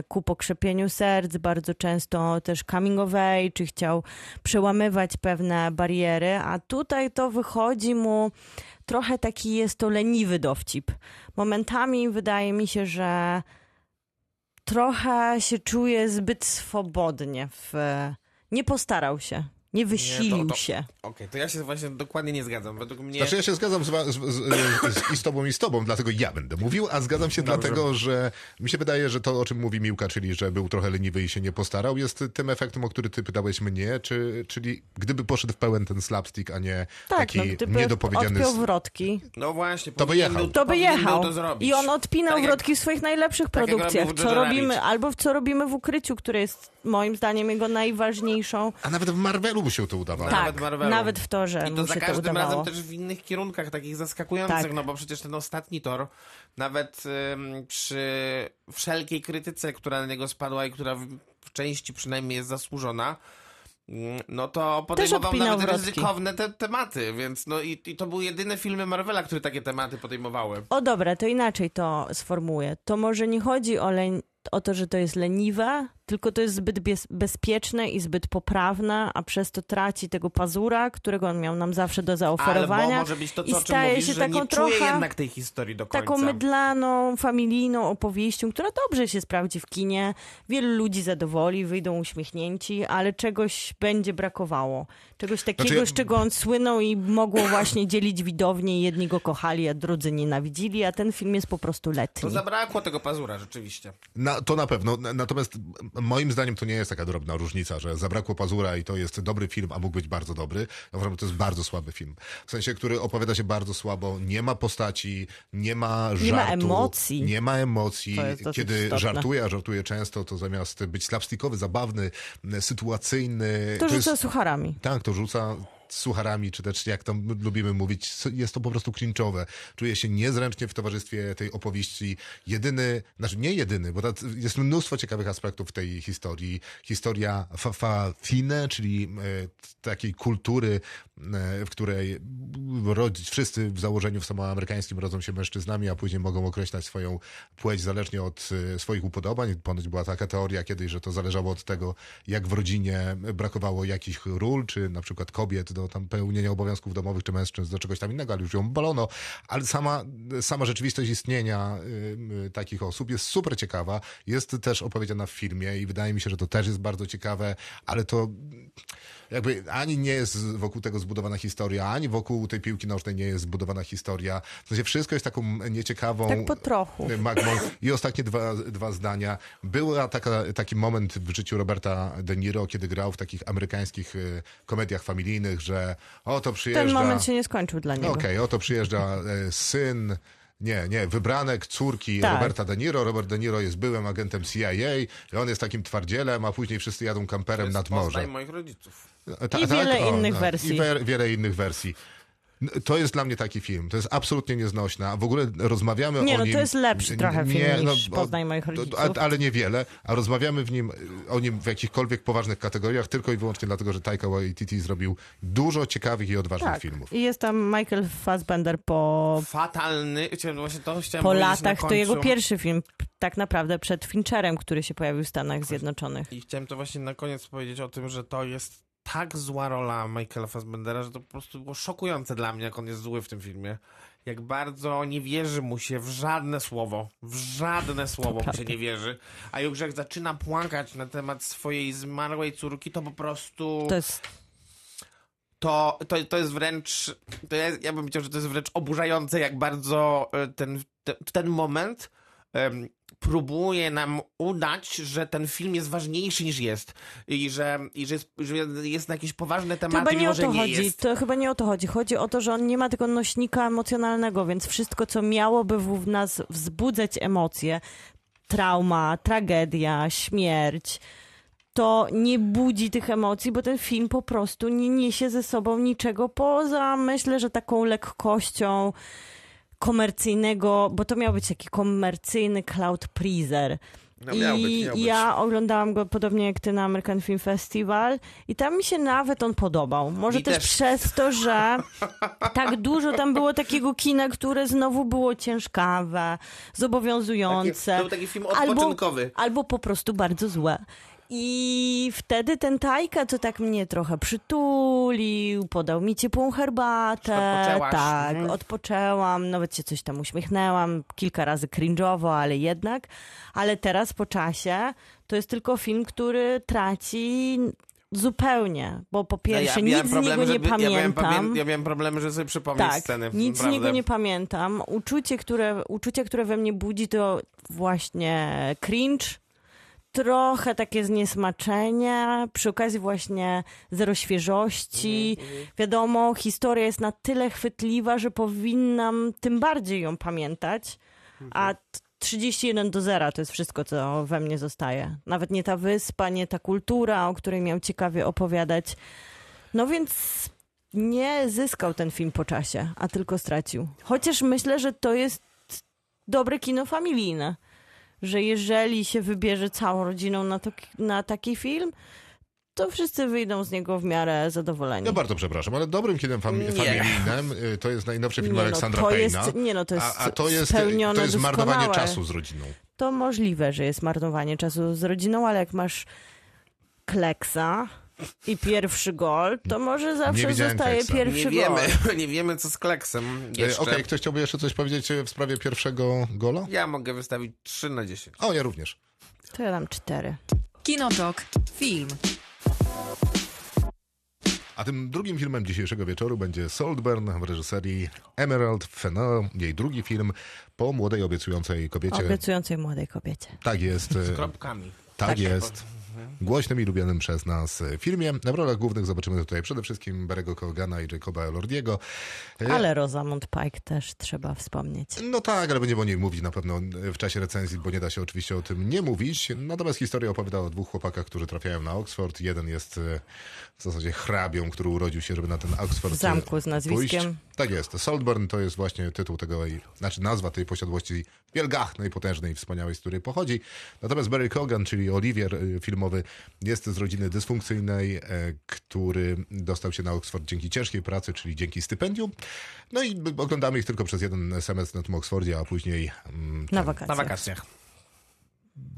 ku pokrzepieniu serc, bardzo często też coming of age, czy chciał przełamywać pewne bariery, a tutaj to wychodzi mu trochę taki jest to leniwy dowcip. Momentami wydaje mi się, że trochę się czuje zbyt swobodnie w... Nie postarał się. Nie wysilił się. Okej, to ja się właśnie dokładnie nie zgadzam. Według mnie. Znaczy ja się zgadzam z, wa- z, z, e, z, i z tobą i z tobą, dlatego ja będę mówił, a zgadzam się dlatego, że mi się wydaje, że to o czym mówi Miłka, czyli że był trochę leniwy i się nie postarał, jest tym efektem, o który ty pytałeś mnie, czy, czyli gdyby poszedł w pełen ten slapstick, a nie Tak, taki no, gdyby niedopowiedziany... odpiął wrotki, No właśnie, To by powinien jechał. był- to by powinien był jechał. To zrobić. I on odpinał Tak jak- tak wrotki w swoich najlepszych jak robił produkcjach. Jojo Co Rabbit. robimy, albo w co robimy w ukryciu, które jest moim zdaniem jego najważniejszą. A nawet w Marvelu mu się to udawało. Nawet tak, Marvelu. nawet w to, że I to mu za się to każdym udawało. razem też w innych kierunkach, takich zaskakujących, Tak. no bo przecież ten ostatni tor, nawet ym, przy wszelkiej krytyce, która na niego spadła i która w, w części przynajmniej jest zasłużona, mm, no to podejmował odpinał nawet wrotki. ryzykowne te tematy, więc no i, i to były jedyne filmy Marvela, które takie tematy podejmowały. O dobra, to inaczej to sformułuję. To może nie chodzi o, leń- o to, że to jest leniwe, tylko to jest zbyt bies- bezpieczne i zbyt poprawne, a przez to traci tego pazura, którego on miał nam zawsze do zaoferowania. Ale bo może być to, I co o czym staje mówisz, się że taką nie trochę czuję jednak tej historii do końca. taką mydlaną, familijną opowieścią, która dobrze się sprawdzi w kinie. Wielu ludzi zadowoli, wyjdą uśmiechnięci, ale czegoś będzie brakowało. Czegoś takiego, ja- z czego on słynął i mogło właśnie dzielić widownię. Jedni go kochali, a drudzy nienawidzili, a ten film jest po prostu To letni. zabrakło tego pazura, rzeczywiście. Na, to na pewno. Na- Natomiast m- moim zdaniem to nie jest taka drobna różnica, że zabrakło pazura i to jest dobry film, a mógł być bardzo dobry. Ja uważam, że to jest bardzo słaby film. W sensie, który opowiada się bardzo słabo, nie ma postaci, nie ma żartu. Nie ma emocji. Nie ma emocji. To jest dosyć Kiedy istotne. żartuje, a żartuje często, to zamiast być slapstickowy, zabawny, m, sytuacyjny. To jest- rzuca sucharami. tak, to rzuca sucharami, czy też jak tam lubimy mówić, jest to po prostu klinczowe. Czuję się niezręcznie w towarzystwie tej opowieści. Jedyny, znaczy nie jedyny, bo ta- jest mnóstwo ciekawych aspektów tej historii. Historia fa, fa fine, czyli e, takiej kultury, e, w której rodzić, wszyscy w założeniu w samoamerykańskim rodzą się mężczyznami, a później mogą określać swoją płeć zależnie od e, swoich upodobań. Ponoć była taka teoria kiedyś, że to zależało od tego, jak w rodzinie brakowało jakichś ról, czy na przykład kobiet do tam pełnienia obowiązków domowych, czy mężczyzn do czegoś tam innego, ale już ją balono. Ale sama, sama rzeczywistość istnienia y, takich osób jest super ciekawa. Jest też opowiedziana w filmie i wydaje mi się, że to też jest bardzo ciekawe, ale to jakby ani nie jest wokół tego zbudowana historia, ani wokół tej piłki nożnej nie jest zbudowana historia. W sensie wszystko jest taką nieciekawą e, Tak po trochu. magmą. I ostatnie dwa, dwa zdania. Był taka, taki moment w życiu Roberta De Niro, kiedy grał w takich amerykańskich y, komediach familijnych, że oto przyjeżdża... Ten moment się nie skończył dla niego. Okej, oto przyjeżdża e, syn. Nie, nie, wybranek córki Tak. Roberta De Niro. Robert De Niro jest byłym agentem CIA i on jest takim twardzielem, a później wszyscy jadą kamperem nad morze. Poznaj moich rodziców. E, Ta- tak, no, I wiele innych wersji. I we, wiele innych wersji. N- To jest dla mnie taki film. To jest absolutnie nieznośna. W ogóle rozmawiamy Nie, o no, to nim... jest lepszy trochę film niż o- Poznaj moich to- to- rodziców. a- Ale niewiele. A rozmawiamy w nim, o nim w jakichkolwiek poważnych kategoriach tylko i wyłącznie dlatego, że Taika Waititi zrobił dużo ciekawych i odważnych Tak. filmów. I jest tam Michael Fassbender po, Fatalny, chciałem- właśnie to chciałem po powiedzieć na latach. To końcu. jego pierwszy film tak naprawdę przed Fincherem, który się pojawił w Stanach Zjednoczonych. I chciałem to właśnie na koniec powiedzieć o tym, że to jest tak zła rola Michaela Fassbendera, że to po prostu było szokujące dla mnie, jak on jest zły w tym filmie. Jak bardzo nie wierzy mu się w żadne słowo, w żadne słowo mu się prawda. nie wierzy. A już jak zaczyna płakać na temat swojej zmarłej córki, to po prostu... To jest to, to, to jest wręcz. To ja, ja bym powiedział, że to jest wręcz oburzające, jak bardzo e, ten, te, w ten moment em, próbuje nam udać, że ten film jest ważniejszy niż jest. I że, i że, jest, że jest na jakieś poważne To tematy, chyba nie mimo o że to nie chodzi. jest. To chyba nie o to chodzi. Chodzi o to, że on nie ma tego nośnika emocjonalnego, więc wszystko, co miałoby w nas wzbudzać emocje, trauma, tragedia, śmierć, to nie budzi tych emocji, bo ten film po prostu nie niesie ze sobą niczego poza, myślę, że taką lekkością komercyjnego, bo to miał być taki komercyjny cloud pleaser. No, miał I być, miał być. ja oglądałam go podobnie jak ty na American Film Festival i tam mi się nawet on podobał. Może Mi też, też. przez to, że tak dużo tam było takiego kina, które znowu było ciężkawe, zobowiązujące. Taki- to był taki film odpoczynkowy. Albo, albo po prostu bardzo złe. I wtedy ten Tajka, co tak mnie trochę przytulił, podał mi ciepłą herbatę. Odpoczęłaś. Tak, Mhm. odpoczęłam, nawet się coś tam uśmiechnęłam, kilka razy cringe'owo, ale jednak. Ale teraz po czasie to jest tylko film, który traci Zupełnie, bo po pierwsze No miałem nic z problemy, niego nie żeby- Ja miałem, pamiętam. pamię- ja miałem problemy, że sobie przypomnieć tak, sceny. nic z naprawdę. niego nie pamiętam. Uczucie które, uczucie, które we mnie budzi, to właśnie cringe, trochę takie zniesmaczenie, przy okazji właśnie zero świeżości. Mhm, Wiadomo, historia jest na tyle chwytliwa, że powinnam tym bardziej ją pamiętać, a Mhm. t- 31 do zera to jest wszystko, co we mnie zostaje. Nawet nie ta wyspa, nie ta kultura, o której miał ciekawie opowiadać. No więc nie zyskał ten film po czasie, a tylko stracił. Chociaż myślę, że to jest dobre kino familijne. Że jeżeli się wybierze całą rodziną na, to, na taki film, to wszyscy wyjdą z niego w miarę zadowoleni. Ja bardzo przepraszam, ale dobrym kinem fami- Nie. familijnym y, to jest najnowszy film nie, no, Aleksandra to Payna. jest, nie no, to jest, a, a to jest, spełnione to jest marnowanie doskonałe. czasu z rodziną. Y, To możliwe, że jest marnowanie czasu z rodziną, ale jak masz kleksa i pierwszy gol, to może zawsze widziałem zostaje Kleksa. pierwszy Nie gol. wiemy, nie wiemy co z Kleksem E, jeszcze. Okej, ktoś chciałby jeszcze coś powiedzieć e, w sprawie pierwszego gola? Ja mogę wystawić 3 na 10. O, ja również. To ja dam cztery. Kinotok. Film. A tym drugim filmem dzisiejszego wieczoru będzie Saltburn w reżyserii Emerald Fennell, jej drugi film po młodej obiecującej kobiecie. Obiecującej młodej kobiecie. tak jest, e, Kropkami. tak jest. Głośnym i lubianym przez nas e, filmie. W rolach głównych zobaczymy tutaj przede wszystkim Barego Kogana i Jacoba Elordiego. E, Ale Rosamund Pike też trzeba wspomnieć. No tak, ale będziemy o niej mówić na pewno e, w czasie recenzji, bo nie da się oczywiście o tym nie mówić. Natomiast historia opowiada o dwóch chłopakach, którzy trafiają na Oxford. Jeden jest e, w zasadzie hrabią, który urodził się, żeby na ten Oxford W zamku z e, nazwiskiem. pójść. Tak jest. Saltburn to jest właśnie tytuł tego, i- znaczy nazwa tej posiadłości wielgachnej, potężnej, wspaniałej, z której pochodzi. Natomiast Barry Cogan, czyli Oliwier e, filmowy, jest z rodziny dysfunkcyjnej, e, który dostał się na Oxford dzięki ciężkiej pracy, czyli dzięki stypendium. No i b- oglądamy ich tylko przez jeden semestr na tym Oxfordzie, a później... mm, Na Na wakacjach. wakacjach.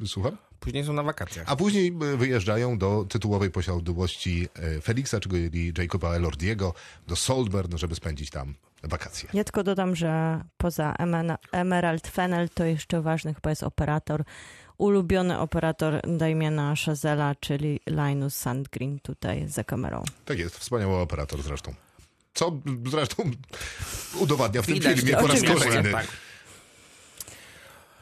Słucham? Później są na wakacjach. A później e, wyjeżdżają do tytułowej posiadłości e, Felixa, czyli Jacoba Elordiego, do Saltburn, żeby spędzić tam wakacje. Ja tylko dodam, że poza Emen- Emerald Fennel to jeszcze ważny chyba jest operator. Ulubiony operator Damiana Chazela, czyli Linus Sandgreen tutaj za kamerą. Tak jest, wspaniały operator zresztą. Co zresztą udowadnia w tym Widać filmie to, po raz oczywiście, kolejny. tak.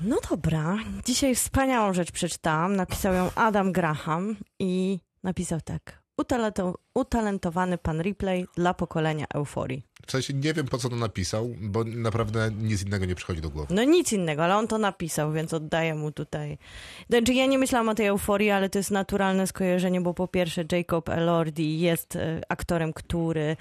No dobra, dzisiaj wspaniałą rzecz przeczytałam. Napisał ją Adam Graham i napisał tak. "Utalento- Utalentowany pan Ripley dla pokolenia euforii. W sensie nie wiem, po co to napisał, bo naprawdę nic innego nie przychodzi do głowy. No nic innego, ale on to napisał, więc oddaję mu tutaj. Znaczy ja nie myślałam o tej euforii, ale to jest naturalne skojarzenie, bo po pierwsze Jacob Elordi jest e, aktorem, który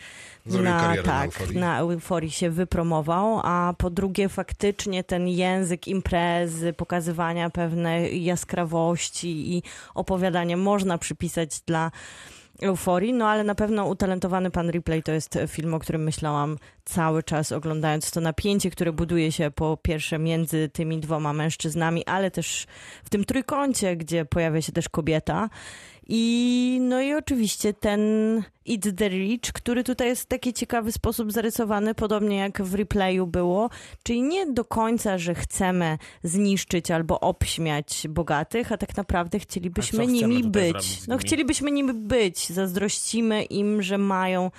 Zrobił na, karierę na tak, Euforii. na euforii się wypromował, a po drugie faktycznie ten język imprezy, pokazywania pewnej jaskrawości i opowiadania można przypisać dla euforii, no ale na pewno utalentowany pan Ripley to jest film, o którym myślałam cały czas oglądając to napięcie, które buduje się po pierwsze między tymi dwoma mężczyznami, ale też w tym trójkącie, gdzie pojawia się też kobieta. I no i oczywiście ten It's the Rich, który tutaj jest w taki ciekawy sposób zarysowany, podobnie jak w replayu było, czyli nie do końca, że chcemy zniszczyć albo obśmiać bogatych, a tak naprawdę A chcielibyśmy co chcemy nimi tutaj zrobić być. z No nimi? chcielibyśmy nimi być, zazdrościmy im, że mają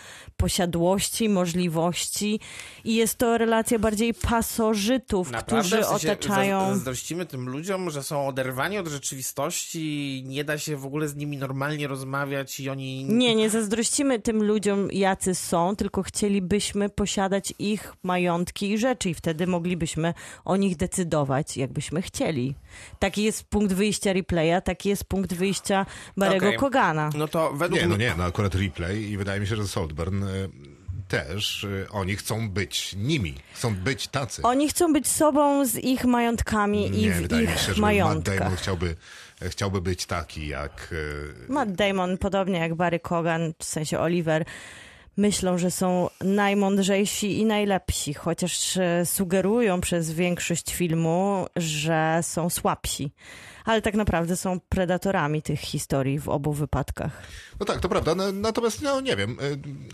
posiadłości, możliwości i jest to relacja bardziej pasożytów, którzy w sensie otaczają... za- Zazdrościmy tym ludziom, że są oderwani od rzeczywistości, nie da się w ogóle z nimi normalnie rozmawiać i oni... Nie, nie zazdrościmy tym ludziom, jacy są, tylko chcielibyśmy posiadać ich majątki i rzeczy, i wtedy moglibyśmy o nich decydować, jakbyśmy chcieli. Taki jest punkt wyjścia replaya, taki jest punkt wyjścia Barego Okej. Kogana. No to według Nie, mnie... no nie, no akurat replay i wydaje mi się, że Saltburn e, też e, oni chcą być nimi. Chcą być tacy. Oni chcą być sobą z ich majątkami i nie, w wydaje ich mi się, że Matt Damon majątkach. chciałby, chciałby być taki jak... e, Matt Damon, podobnie jak Barry Kogan, w sensie Oliver, myślą, że są najmądrzejsi i najlepsi, chociaż e, sugerują przez większość filmu, że są słabsi. ale tak naprawdę są predatorami tych historii w obu wypadkach. No tak, to prawda. No, natomiast, no nie wiem,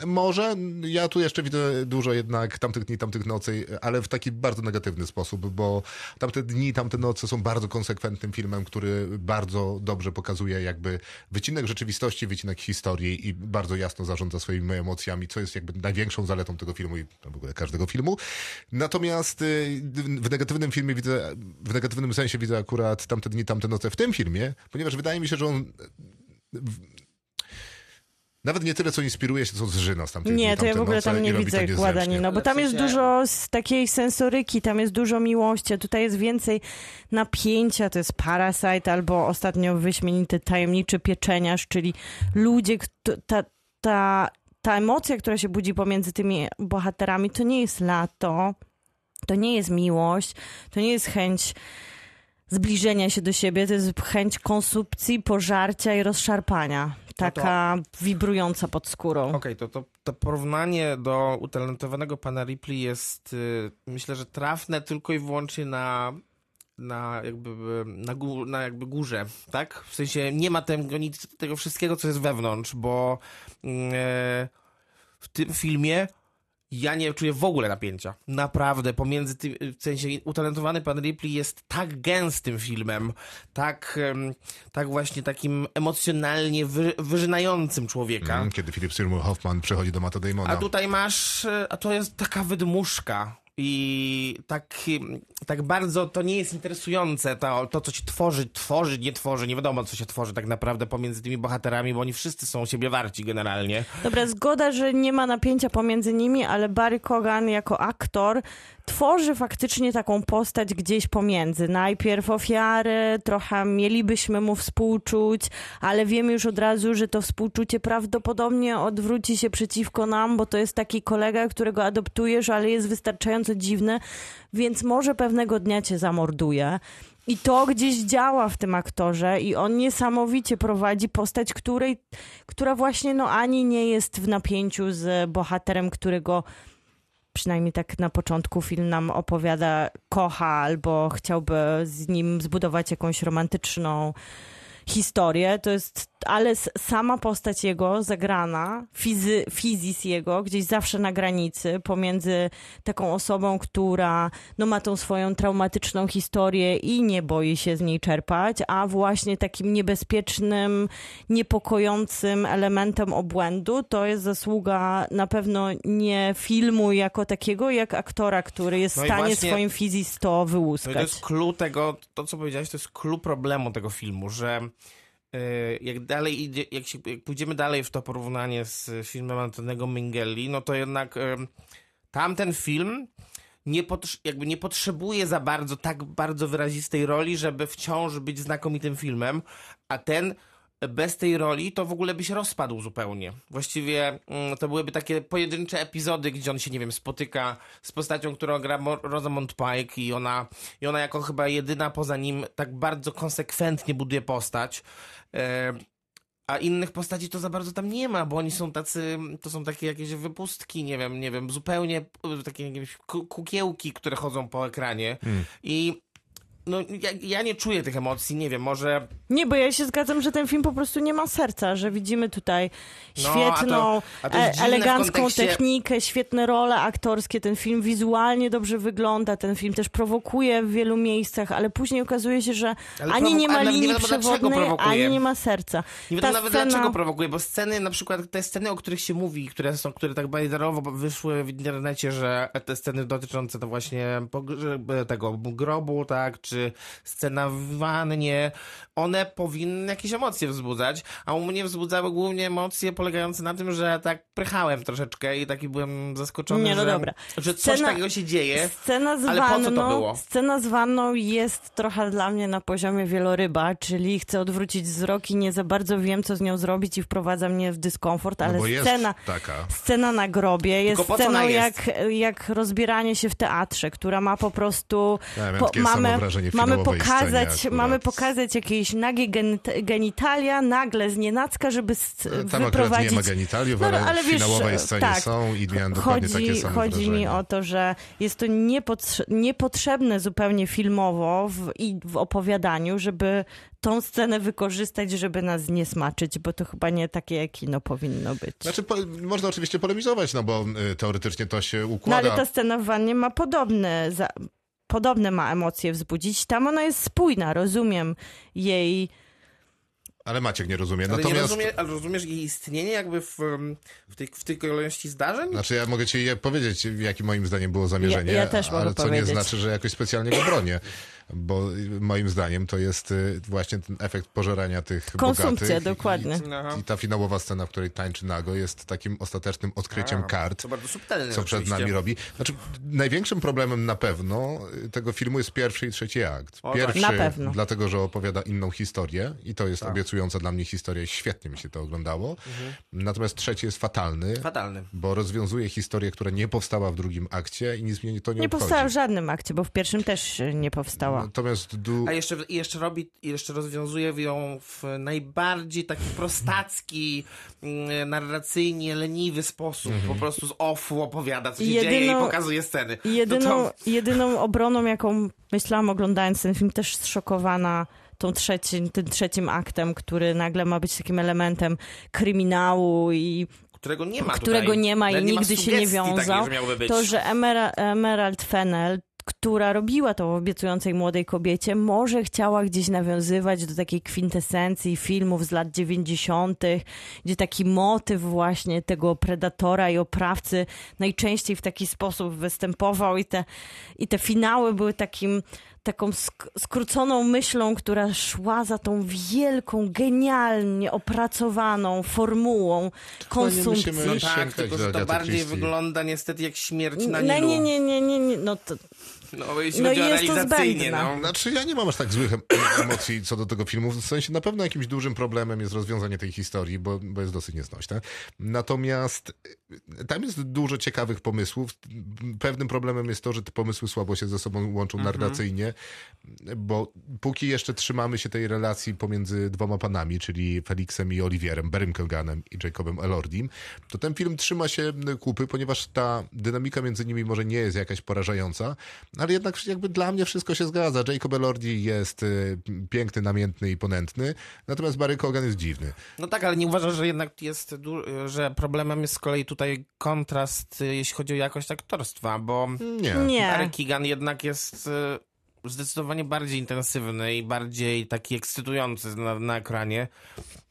y, może ja tu jeszcze widzę dużo jednak tamtych dni, tamtych nocy, ale w taki bardzo negatywny sposób, bo tamte dni, tamte noce są bardzo konsekwentnym filmem, który bardzo dobrze pokazuje jakby wycinek rzeczywistości, wycinek historii i bardzo jasno zarządza swoimi emocjami, co jest jakby największą zaletą tego filmu i w ogóle każdego filmu. Natomiast y, w negatywnym filmie widzę, w negatywnym sensie widzę akurat tamte dni, tamte noce w tym filmie, ponieważ wydaje mi się, że on nawet nie tyle, co inspiruje się, co zżyna z tamtych Nie, dni, to ja w tamte ogóle tam noce i nie robi to widzę niezręcznie. kładaniny, no bo Ale tam w jest sensie- dużo z takiej sensoryki, tam jest dużo miłości, a tutaj jest więcej napięcia, to jest Parasite albo ostatnio wyśmienity Tajemniczy Pieczeniarz, czyli ludzie, kto- ta, ta, ta emocja, która się budzi pomiędzy tymi bohaterami, to nie jest lato, to nie jest miłość, to nie jest chęć zbliżenia się do siebie, to jest chęć konsumpcji, pożarcia i rozszarpania. Taka wibrująca pod skórą. Okej, to, to, to porównanie do utalentowanego pana Ripley jest, y, myślę, że trafne tylko i wyłącznie na, na, jakby, y, na, gó- na jakby górze, tak? W sensie nie ma tego, nic, tego wszystkiego, co jest wewnątrz, bo y, w tym filmie ja nie czuję w ogóle napięcia. Naprawdę, pomiędzy tym, w sensie utalentowany pan Ripley jest tak gęstym filmem, tak, em, tak właśnie takim emocjonalnie wy, wyrzynającym człowieka. Mm, Kiedy Philip Seymour Hoffman przychodzi do Mata Damona. A tutaj masz, e, a to jest taka wydmuszka. I tak, tak bardzo to nie jest interesujące, to, to co ci tworzy, tworzy, nie tworzy, nie wiadomo co się tworzy tak naprawdę pomiędzy tymi bohaterami, bo oni wszyscy są siebie warci generalnie. Dobra, zgoda, że nie ma napięcia pomiędzy nimi, ale Barry Kogan jako aktor tworzy faktycznie taką postać gdzieś pomiędzy. Najpierw ofiary, trochę mielibyśmy mu współczuć, ale wiemy już od razu, że to współczucie prawdopodobnie odwróci się przeciwko nam, bo to jest taki kolega, którego adoptujesz, ale jest wystarczająco dziwny, więc może pewnego dnia cię zamorduje. I to gdzieś działa w tym aktorze i on niesamowicie prowadzi postać, której, która właśnie no ani nie jest w napięciu z bohaterem, którego przynajmniej tak na początku film nam opowiada, kocha albo chciałby z nim zbudować jakąś romantyczną historię. To jest, ale s- sama postać jego zagrana, fizy, fizis jego, gdzieś zawsze na granicy pomiędzy taką osobą, która no, ma tą swoją traumatyczną historię i nie boi się z niej czerpać, a właśnie takim niebezpiecznym, niepokojącym elementem obłędu to jest zasługa na pewno nie filmu jako takiego, jak aktora, który jest No w i stanie właśnie- swoim fizis to No i wyłuskać. to jest clue tego, to co powiedziałeś, to jest clue problemu tego filmu, że e, jak dalej idzie, jak, się, jak pójdziemy dalej w to porównanie z filmem Antonego Mingelli, no to jednak e, tamten film nie, potrz- jakby nie potrzebuje za bardzo tak bardzo wyrazistej roli, żeby wciąż być znakomitym filmem, a ten e, bez tej roli to w ogóle by się rozpadł zupełnie. Właściwie mm, to byłyby takie pojedyncze epizody, gdzie on się, nie wiem, spotyka z postacią, którą gra Mo- Rosamund Pike i ona, i ona jako chyba jedyna poza nim tak bardzo konsekwentnie buduje postać. E, a innych postaci to za bardzo tam nie ma, bo oni są tacy, to są takie jakieś wypustki, nie wiem, nie wiem, zupełnie y, takie jakieś ku- kukiełki, które chodzą po ekranie. I no, ja, ja nie czuję tych emocji, nie wiem, może Nie, bo ja się zgadzam, że ten film po prostu nie ma serca, że widzimy tutaj No, świetną, a to- a to jest e, dziwne w elegancką kontekście- technikę, świetne role aktorskie, ten film wizualnie dobrze wygląda, ten film też prowokuje w wielu miejscach, ale później okazuje się, że Ale ani prowo- nie ma ale nie linii wiadomo, dlaczego przewodnej, prowokuje. ani nie ma serca. nie Ta wiem nawet scena- dlaczego prowokuje, bo sceny, na przykład te sceny, o których się mówi, które są, które tak bajderowo wyszły w internecie, że te sceny dotyczące to właśnie pogr- e, tego grobu, tak, czy scena w wannie, one powinny jakieś emocje wzbudzać, a u mnie wzbudzały głównie emocje polegające na tym, że tak prychałem troszeczkę i taki byłem zaskoczony, Nie, no że, dobra. że coś Scena- takiego się dzieje. Scena z, Ale po co to wanną, było? scena z wanną jest trochę dla mnie na poziomie wieloryba, czyli chcę odwrócić wzrok i nie za bardzo wiem, co z nią zrobić i wprowadza mnie w dyskomfort, ale no bo jest scena... taka. Scena na grobie jest po co sceną ona jest? Jak, jak rozbieranie się w teatrze, która ma po prostu. Ja miałem po, takie samo wrażenie scenie Mamy finałowej scenie pokazać, akurat. mamy pokazać jakieś nagie genit- genitalia, nagle z nienacka, żeby s- E, Tam akurat wyprowadzić... nie ma genitaliów, No, ale, ale w wiesz, finałowej scenie tak. są i miałem dokładnie takie Chodzi, same chodzi mi wrażenie. o to, że jest to niepotrze- niepotrzebne zupełnie filmowo w, i w opowiadaniu, żeby tą scenę wykorzystać, żeby nas nie smaczyć, bo to chyba nie takie kino powinno być. Znaczy, po, można oczywiście polemizować, no bo y, teoretycznie to się No układa. ale ta scena w wannie ma podobne, za, podobne ma emocje wzbudzić. Tam ona jest spójna, rozumiem jej. ale Maciek nie rozumie. No Ale Natomiast... nie rozumie, ale rozumiesz jej istnienie jakby w, em, w, tej, w tej kolejności zdarzeń? Znaczy, ja mogę ci je- powiedzieć, jakie moim zdaniem było zamierzenie, Ja- ja też mogę ale co powiedzieć. nie znaczy, że jakoś specjalnie go bronię, bo y, moim zdaniem to jest y, właśnie ten efekt pożerania tych Konsumpcja, bogatych. i- dokładnie. Aha. I, I ta finałowa scena, w której tańczy nago, jest takim ostatecznym odkryciem kart To bardzo subtelne co przed oczywiście. nami robi. Znaczy, największym problemem na pewno y, tego filmu jest pierwszy i trzeci akt. O, tak. Pierwszy, Na pewno. dlatego że opowiada inną historię i to jest Tak. obiecująca dla mnie historia i świetnie mi się to oglądało. Mhm. Natomiast trzeci jest fatalny, Fatalny. bo rozwiązuje historię, która nie powstała w drugim akcie i nic mnie to nie, Nie obchodzi. powstała w żadnym akcie, bo w pierwszym też y, nie No. powstała. Natomiast du... A jeszcze, i jeszcze robi, i jeszcze rozwiązuje ją w najbardziej taki prostacki, mm, narracyjnie leniwy sposób. Po prostu z offu opowiada, co się dzieje i Jedyną- pokazuje sceny. I Jedyną, No to, jedyną obroną, jaką myślałam oglądając ten film, też zszokowana tą trzeci, tym trzecim aktem, który nagle ma być takim elementem kryminału i którego nie ma którego tutaj. nie ma i Nawet nigdy się nie sugestii wiązał, Takiej, że miałby być. to że Emera, Emerald Fennel, która robiła to obiecującej młodej kobiecie, może chciała gdzieś nawiązywać do takiej kwintesencji filmów z lat 90., gdzie taki motyw właśnie tego predatora i oprawcy najczęściej w taki sposób występował i te, i te finały były takim taką sk- skróconą myślą, która szła za tą wielką, genialnie opracowaną formułą konsumpcji. musimy No tak, sięgać tylko do że to Agaty bardziej Christie. wygląda niestety jak śmierć na No, Nilu. nie, nie, nie, nie, nie. No to, No, jeśli No chodzi o i jest to realizacyjnie, zbędne. no. Znaczy, ja nie mam aż tak złych em- emocji co do tego filmu. W sensie na pewno jakimś dużym problemem jest rozwiązanie tej historii, bo, bo jest dosyć nieznośne. Natomiast y, tam jest dużo ciekawych pomysłów. Pewnym problemem jest to, że te pomysły słabo się ze sobą łączą narracyjnie, bo póki jeszcze trzymamy się tej relacji pomiędzy dwoma panami, czyli Felixem i Olivierem, Barrym Keoghanem i Jacobem Elordim, to ten film trzyma się kupy, ponieważ ta dynamika między nimi może nie jest jakaś porażająca, ale jednak jakby dla mnie wszystko się zgadza. Jacob Elordi jest y, piękny, namiętny i ponętny, natomiast Barry Keoghan jest dziwny. No tak, ale nie uważasz, że jednak jest, du- że problemem jest z kolei tutaj kontrast, y, jeśli chodzi o jakość aktorstwa, bo Nie. Barry nie. Keegan jednak jest y, zdecydowanie bardziej intensywny i bardziej taki ekscytujący na, na ekranie.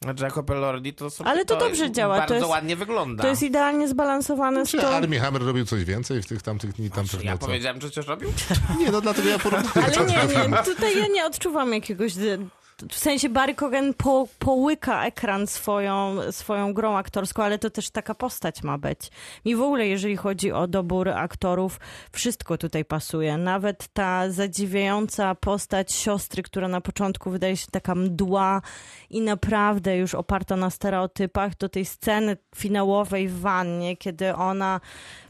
A Jacob Elordi to sobie Ale to dobrze działa, to Bardzo jest- ładnie wygląda. To jest idealnie zbalansowane z Czy tą... Armie Hammer robił coś więcej w tych tamtych dni, Czy tamtych Znaczy, ja nocach? powiedziałem, że coś robił? Nie, no dlatego ja porównuję Ale to nie, do nie, tutaj ja nie odczuwam jakiegoś... dy- W sensie Barry Cogan po, połyka ekran swoją, swoją grą aktorską, ale to też taka postać ma być. Mi w ogóle, jeżeli chodzi o dobór aktorów, wszystko tutaj pasuje. Nawet ta zadziwiająca postać siostry, która na początku wydaje się taka mdła i naprawdę już oparta na stereotypach, do tej sceny finałowej w wannie, kiedy ona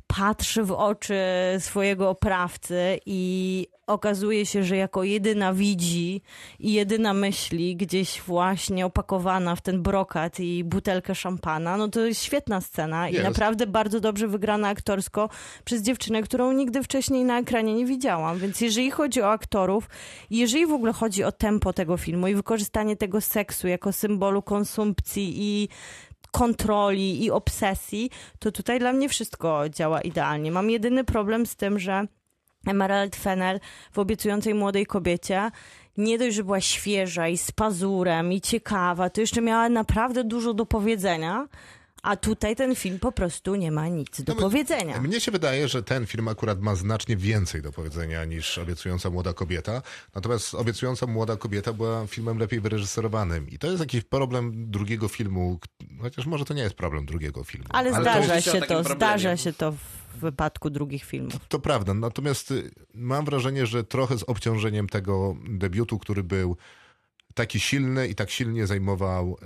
patrzy w oczy swojego oprawcy i okazuje się, że jako jedyna widzi i jedyna myśli, gdzieś właśnie opakowana w ten brokat i butelkę szampana, no to jest świetna scena i Jest. naprawdę bardzo dobrze wygrana aktorsko przez dziewczynę, którą nigdy wcześniej na ekranie nie widziałam. Więc jeżeli chodzi o aktorów, i jeżeli w ogóle chodzi o tempo tego filmu i wykorzystanie tego seksu jako symbolu konsumpcji i kontroli i obsesji, to tutaj dla mnie wszystko działa idealnie. Mam jedyny problem z tym, że Emerald Fennel w obiecującej młodej kobiecie nie dość, że była świeża i z pazurem i ciekawa, to jeszcze miała naprawdę dużo do powiedzenia, a tutaj ten film po prostu nie ma nic do No my- powiedzenia. Mnie się wydaje, że ten film akurat ma znacznie więcej do powiedzenia niż Obiecująca Młoda Kobieta. Natomiast Obiecująca Młoda Kobieta była filmem lepiej wyreżyserowanym. I to jest jakiś problem drugiego filmu, k- chociaż może to nie jest problem drugiego filmu. Ale, to, zdarza mówiliście o się takim to, problemie. zdarza się to w wypadku drugich filmów. to prawda. Natomiast y, mam wrażenie, że trochę z obciążeniem tego debiutu, który był taki silny i tak silnie zajmował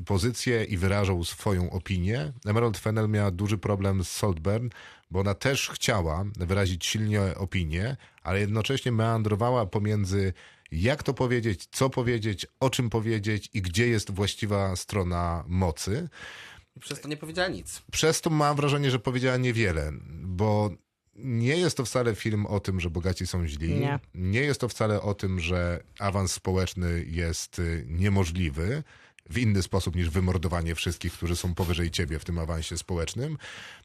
y, pozycję i wyrażał swoją opinię. Emerald Fennel miała duży problem z Saltburn, bo ona też chciała wyrazić silnie opinię, ale jednocześnie meandrowała pomiędzy jak to powiedzieć, co powiedzieć, o czym powiedzieć i gdzie jest właściwa strona mocy. I przez to nie powiedziała nic. Przez to mam wrażenie, że powiedziała niewiele, bo nie jest to wcale film o tym, że bogaci są źli. Nie. jest to wcale o tym, że awans społeczny jest y, niemożliwy w inny sposób niż wymordowanie wszystkich, którzy są powyżej ciebie w tym awansie społecznym.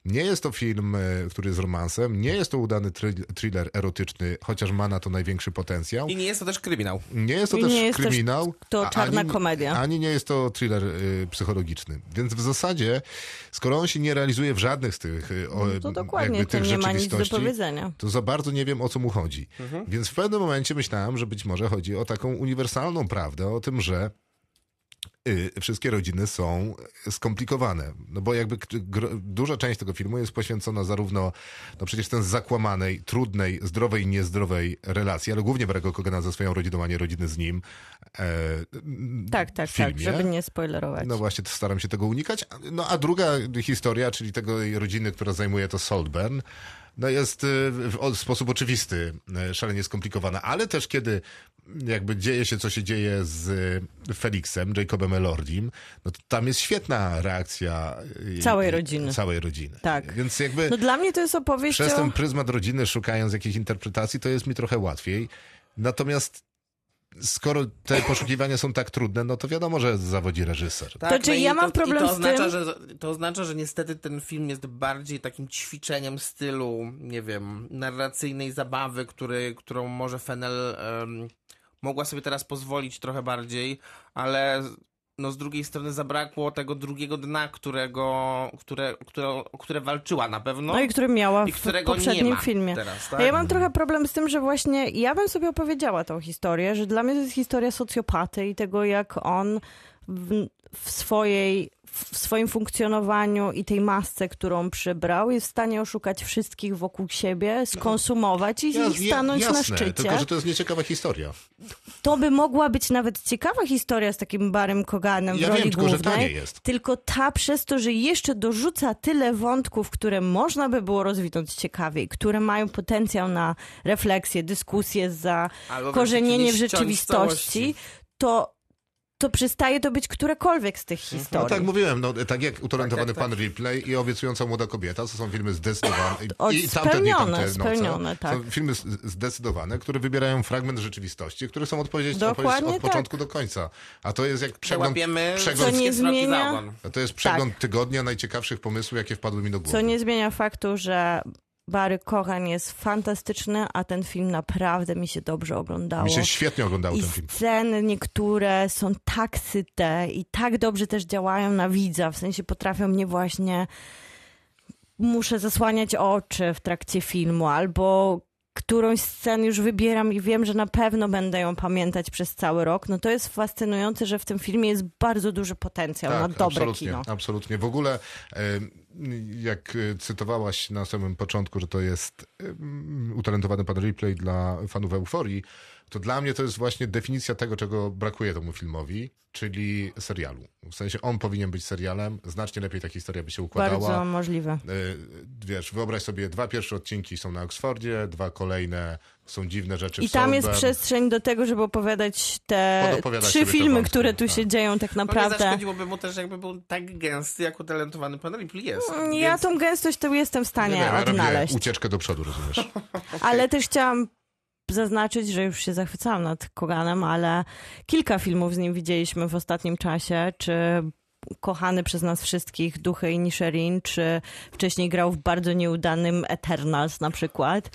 Nie jest to film, y, który jest romansem. Nie jest to udany thrill- thriller erotyczny, chociaż ma na to największy potencjał. I nie jest to też kryminał. Nie jest to I też nie jest też kryminał. to a czarna ani, komedia. Ani nie jest to thriller y, psychologiczny. Więc w zasadzie, skoro on się nie realizuje w żadnych z tych y, o, No To dokładnie, jakby to tych nie ma nic do rzeczywistości, powiedzenia. to za bardzo nie wiem, o co mu chodzi. Więc w pewnym momencie myślałem, że być może chodzi o taką uniwersalną prawdę, o tym, że y, wszystkie rodziny są skomplikowane. No bo jakby k- gro- duża część tego filmu jest poświęcona zarówno, no przecież ten zakłamanej, trudnej, zdrowej, niezdrowej relacji, ale głównie Baracka Cogana ze swoją rodziną, a nie rodziny z nim. E, Tak, tak, filmie. tak, żeby nie spoilerować. no właśnie, to staram się tego unikać. No a druga historia, czyli tego rodziny, która zajmuje to Saltburn, no jest y, w o- sposób oczywisty y, szalenie skomplikowana, ale też kiedy jakby dzieje się, co się dzieje z y, Felixem, Jacobem Elordim, no to tam jest świetna reakcja y, Całej y, rodziny. Całej rodziny. Tak. Więc jakby No dla mnie to jest opowieść przez o... ten pryzmat rodziny, szukając jakiejś interpretacji, to jest mi trochę łatwiej. Natomiast skoro te poszukiwania są tak trudne, no to wiadomo, że zawodzi reżyser. Tak, To czy i Znaczy, ja mam problem i z to oznacza, tym- Że, to oznacza, że niestety ten film jest bardziej takim ćwiczeniem stylu, nie wiem, narracyjnej zabawy, który, którą może Fennel em, mogła sobie teraz pozwolić trochę bardziej, ale no z drugiej strony zabrakło tego drugiego dna, którego, które, które, o które walczyła na pewno No i który miała i w którego poprzednim nie ma filmie. teraz, A tak? Ja mam trochę problem z tym, że właśnie ja bym sobie opowiedziała tą historię, że dla mnie to jest historia socjopaty i tego, jak on w, w, swojej, w swoim funkcjonowaniu i tej masce, którą przybrał, jest w stanie oszukać wszystkich wokół siebę, skonsumować i, i stanąć jasne, na szczycie. Tylko, że to jest nieciekawa historia. To by mogła być nawet ciekawa historia z takim Barym Koganem Ja w roli wiem, tylko, że głównej. to nie jest. Tylko ta przez to, że jeszcze dorzuca tyle wątków, które można by było rozwinąć ciekawiej, które mają potencjał na refleksję, dyskusję za Albo korzenienie w wręcz ściąć z rzeczywistości, całości. to, to przestaje to być którekolwiek z tych historii. No tak mówiłem, no, tak jak utalentowany Tak, tak, pan Ripley i obiecująca młoda kobieta, to są filmy zdecydowane. O, I spełnione, no, co? spełnione, tak. Są filmy z- zdecydowane, które wybierają fragment rzeczywistości, które są odpowiedzi Dokładnie od tak. początku do końca. A to jest jak przegląd, Łapiemy przegląd, Co nie wszystkie sroki zmienia- zagon. to jest przegląd tygodnia najciekawszych pomysłów, jakie wpadły mi do głowy. Co nie zmienia faktu, że Barry Kogan jest fantastyczny, a ten film naprawdę mi się dobrze oglądało. Mi się świetnie oglądał I ten film. sceny niektóre są tak syte i tak dobrze też działają na widza, w sensie potrafią mnie właśnie muszę zasłaniać oczy w trakcie filmu albo którąś scenę już wybieram i wiem, że na pewno będę ją pamiętać przez cały rok. No to jest fascynujące, że w tym filmie jest bardzo duży potencjał na dobre Tak, absolutnie, kino. Absolutnie. W ogóle, em, jak e, cytowałaś na samym początku, że to jest em, utalentowany pan Ripley dla fanów euforii, to dla mnie to jest właśnie definicja tego, czego brakuje temu filmowi, czyli serialu. W sensie on powinien być serialem, znacznie lepiej ta historia by się układała. Bardzo możliwe. Y, Wiesz, wyobraź sobie, dwa pierwsze odcinki są na Oksfordzie, dwa kolejne są dziwne rzeczy I w tam jest Solberg. przestrzeń do tego, żeby opowiadać te Podopowiadać trzy sobie te filmy, wątki, które tu tak. się dzieją tak No nie naprawdę. zaszkodziłoby mu też, jakby był tak gęsty, jak utalentowany pan Ripley jest. Mm, Ja Więc tą gęstość to jestem w Nie stanie wiem, ja robię odnaleźć. ucieczkę do przodu, rozumiesz? Ale też chciałam zaznaczyć, że już się zachwycałam nad Koganem, ale kilka filmów z nim widzieliśmy w ostatnim czasie, czy kochany przez nas wszystkich Duchy i Nisherin, czy wcześniej grał w bardzo nieudanym Eternals na przykład.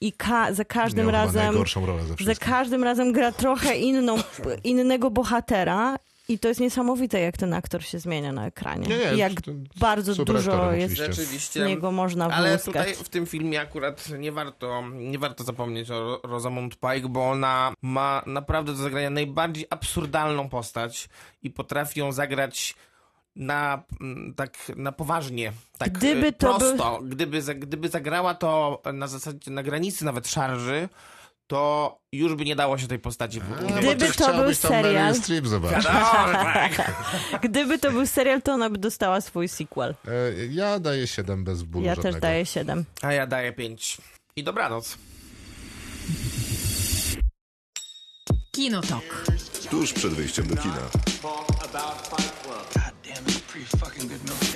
I ka- za każdym Miał chyba razem najgorszą rolę ze za wszystkich. każdym razem gra trochę inną, innego bohatera. I to jest niesamowite, jak ten aktor się zmienia na ekranie. Nie, nie, jak to- bardzo super dużo aktorem jest oczywiście. z Rzeczywiście. niego można Ale wyłuskać. tutaj w tym filmie akurat nie warto, nie warto zapomnieć o Ro- Rosamund Pike, bo ona ma naprawdę do zagrania najbardziej absurdalną postać i potrafi ją zagrać na, mm, tak, na poważnie, tak Gdyby e, to prosto. Gdyby, za- gdyby zagrała to na zasadzie, na granicy nawet szarży, to już by nie dało się tej postaci w- No, bo Gdyby ty to chciałbyś był tam serial. Meryl Streep zobaczyć. Gdyby to był serial, to ona by dostała swój sequel. E, Ja daję 7 bez bólu Ja żadnego. też daję 7. A ja daję 5. I dobranoc. Kinotok. Tuż przed wyjściem do kina. Talk about Fight Club. God damn, it's a pretty fucking good movie.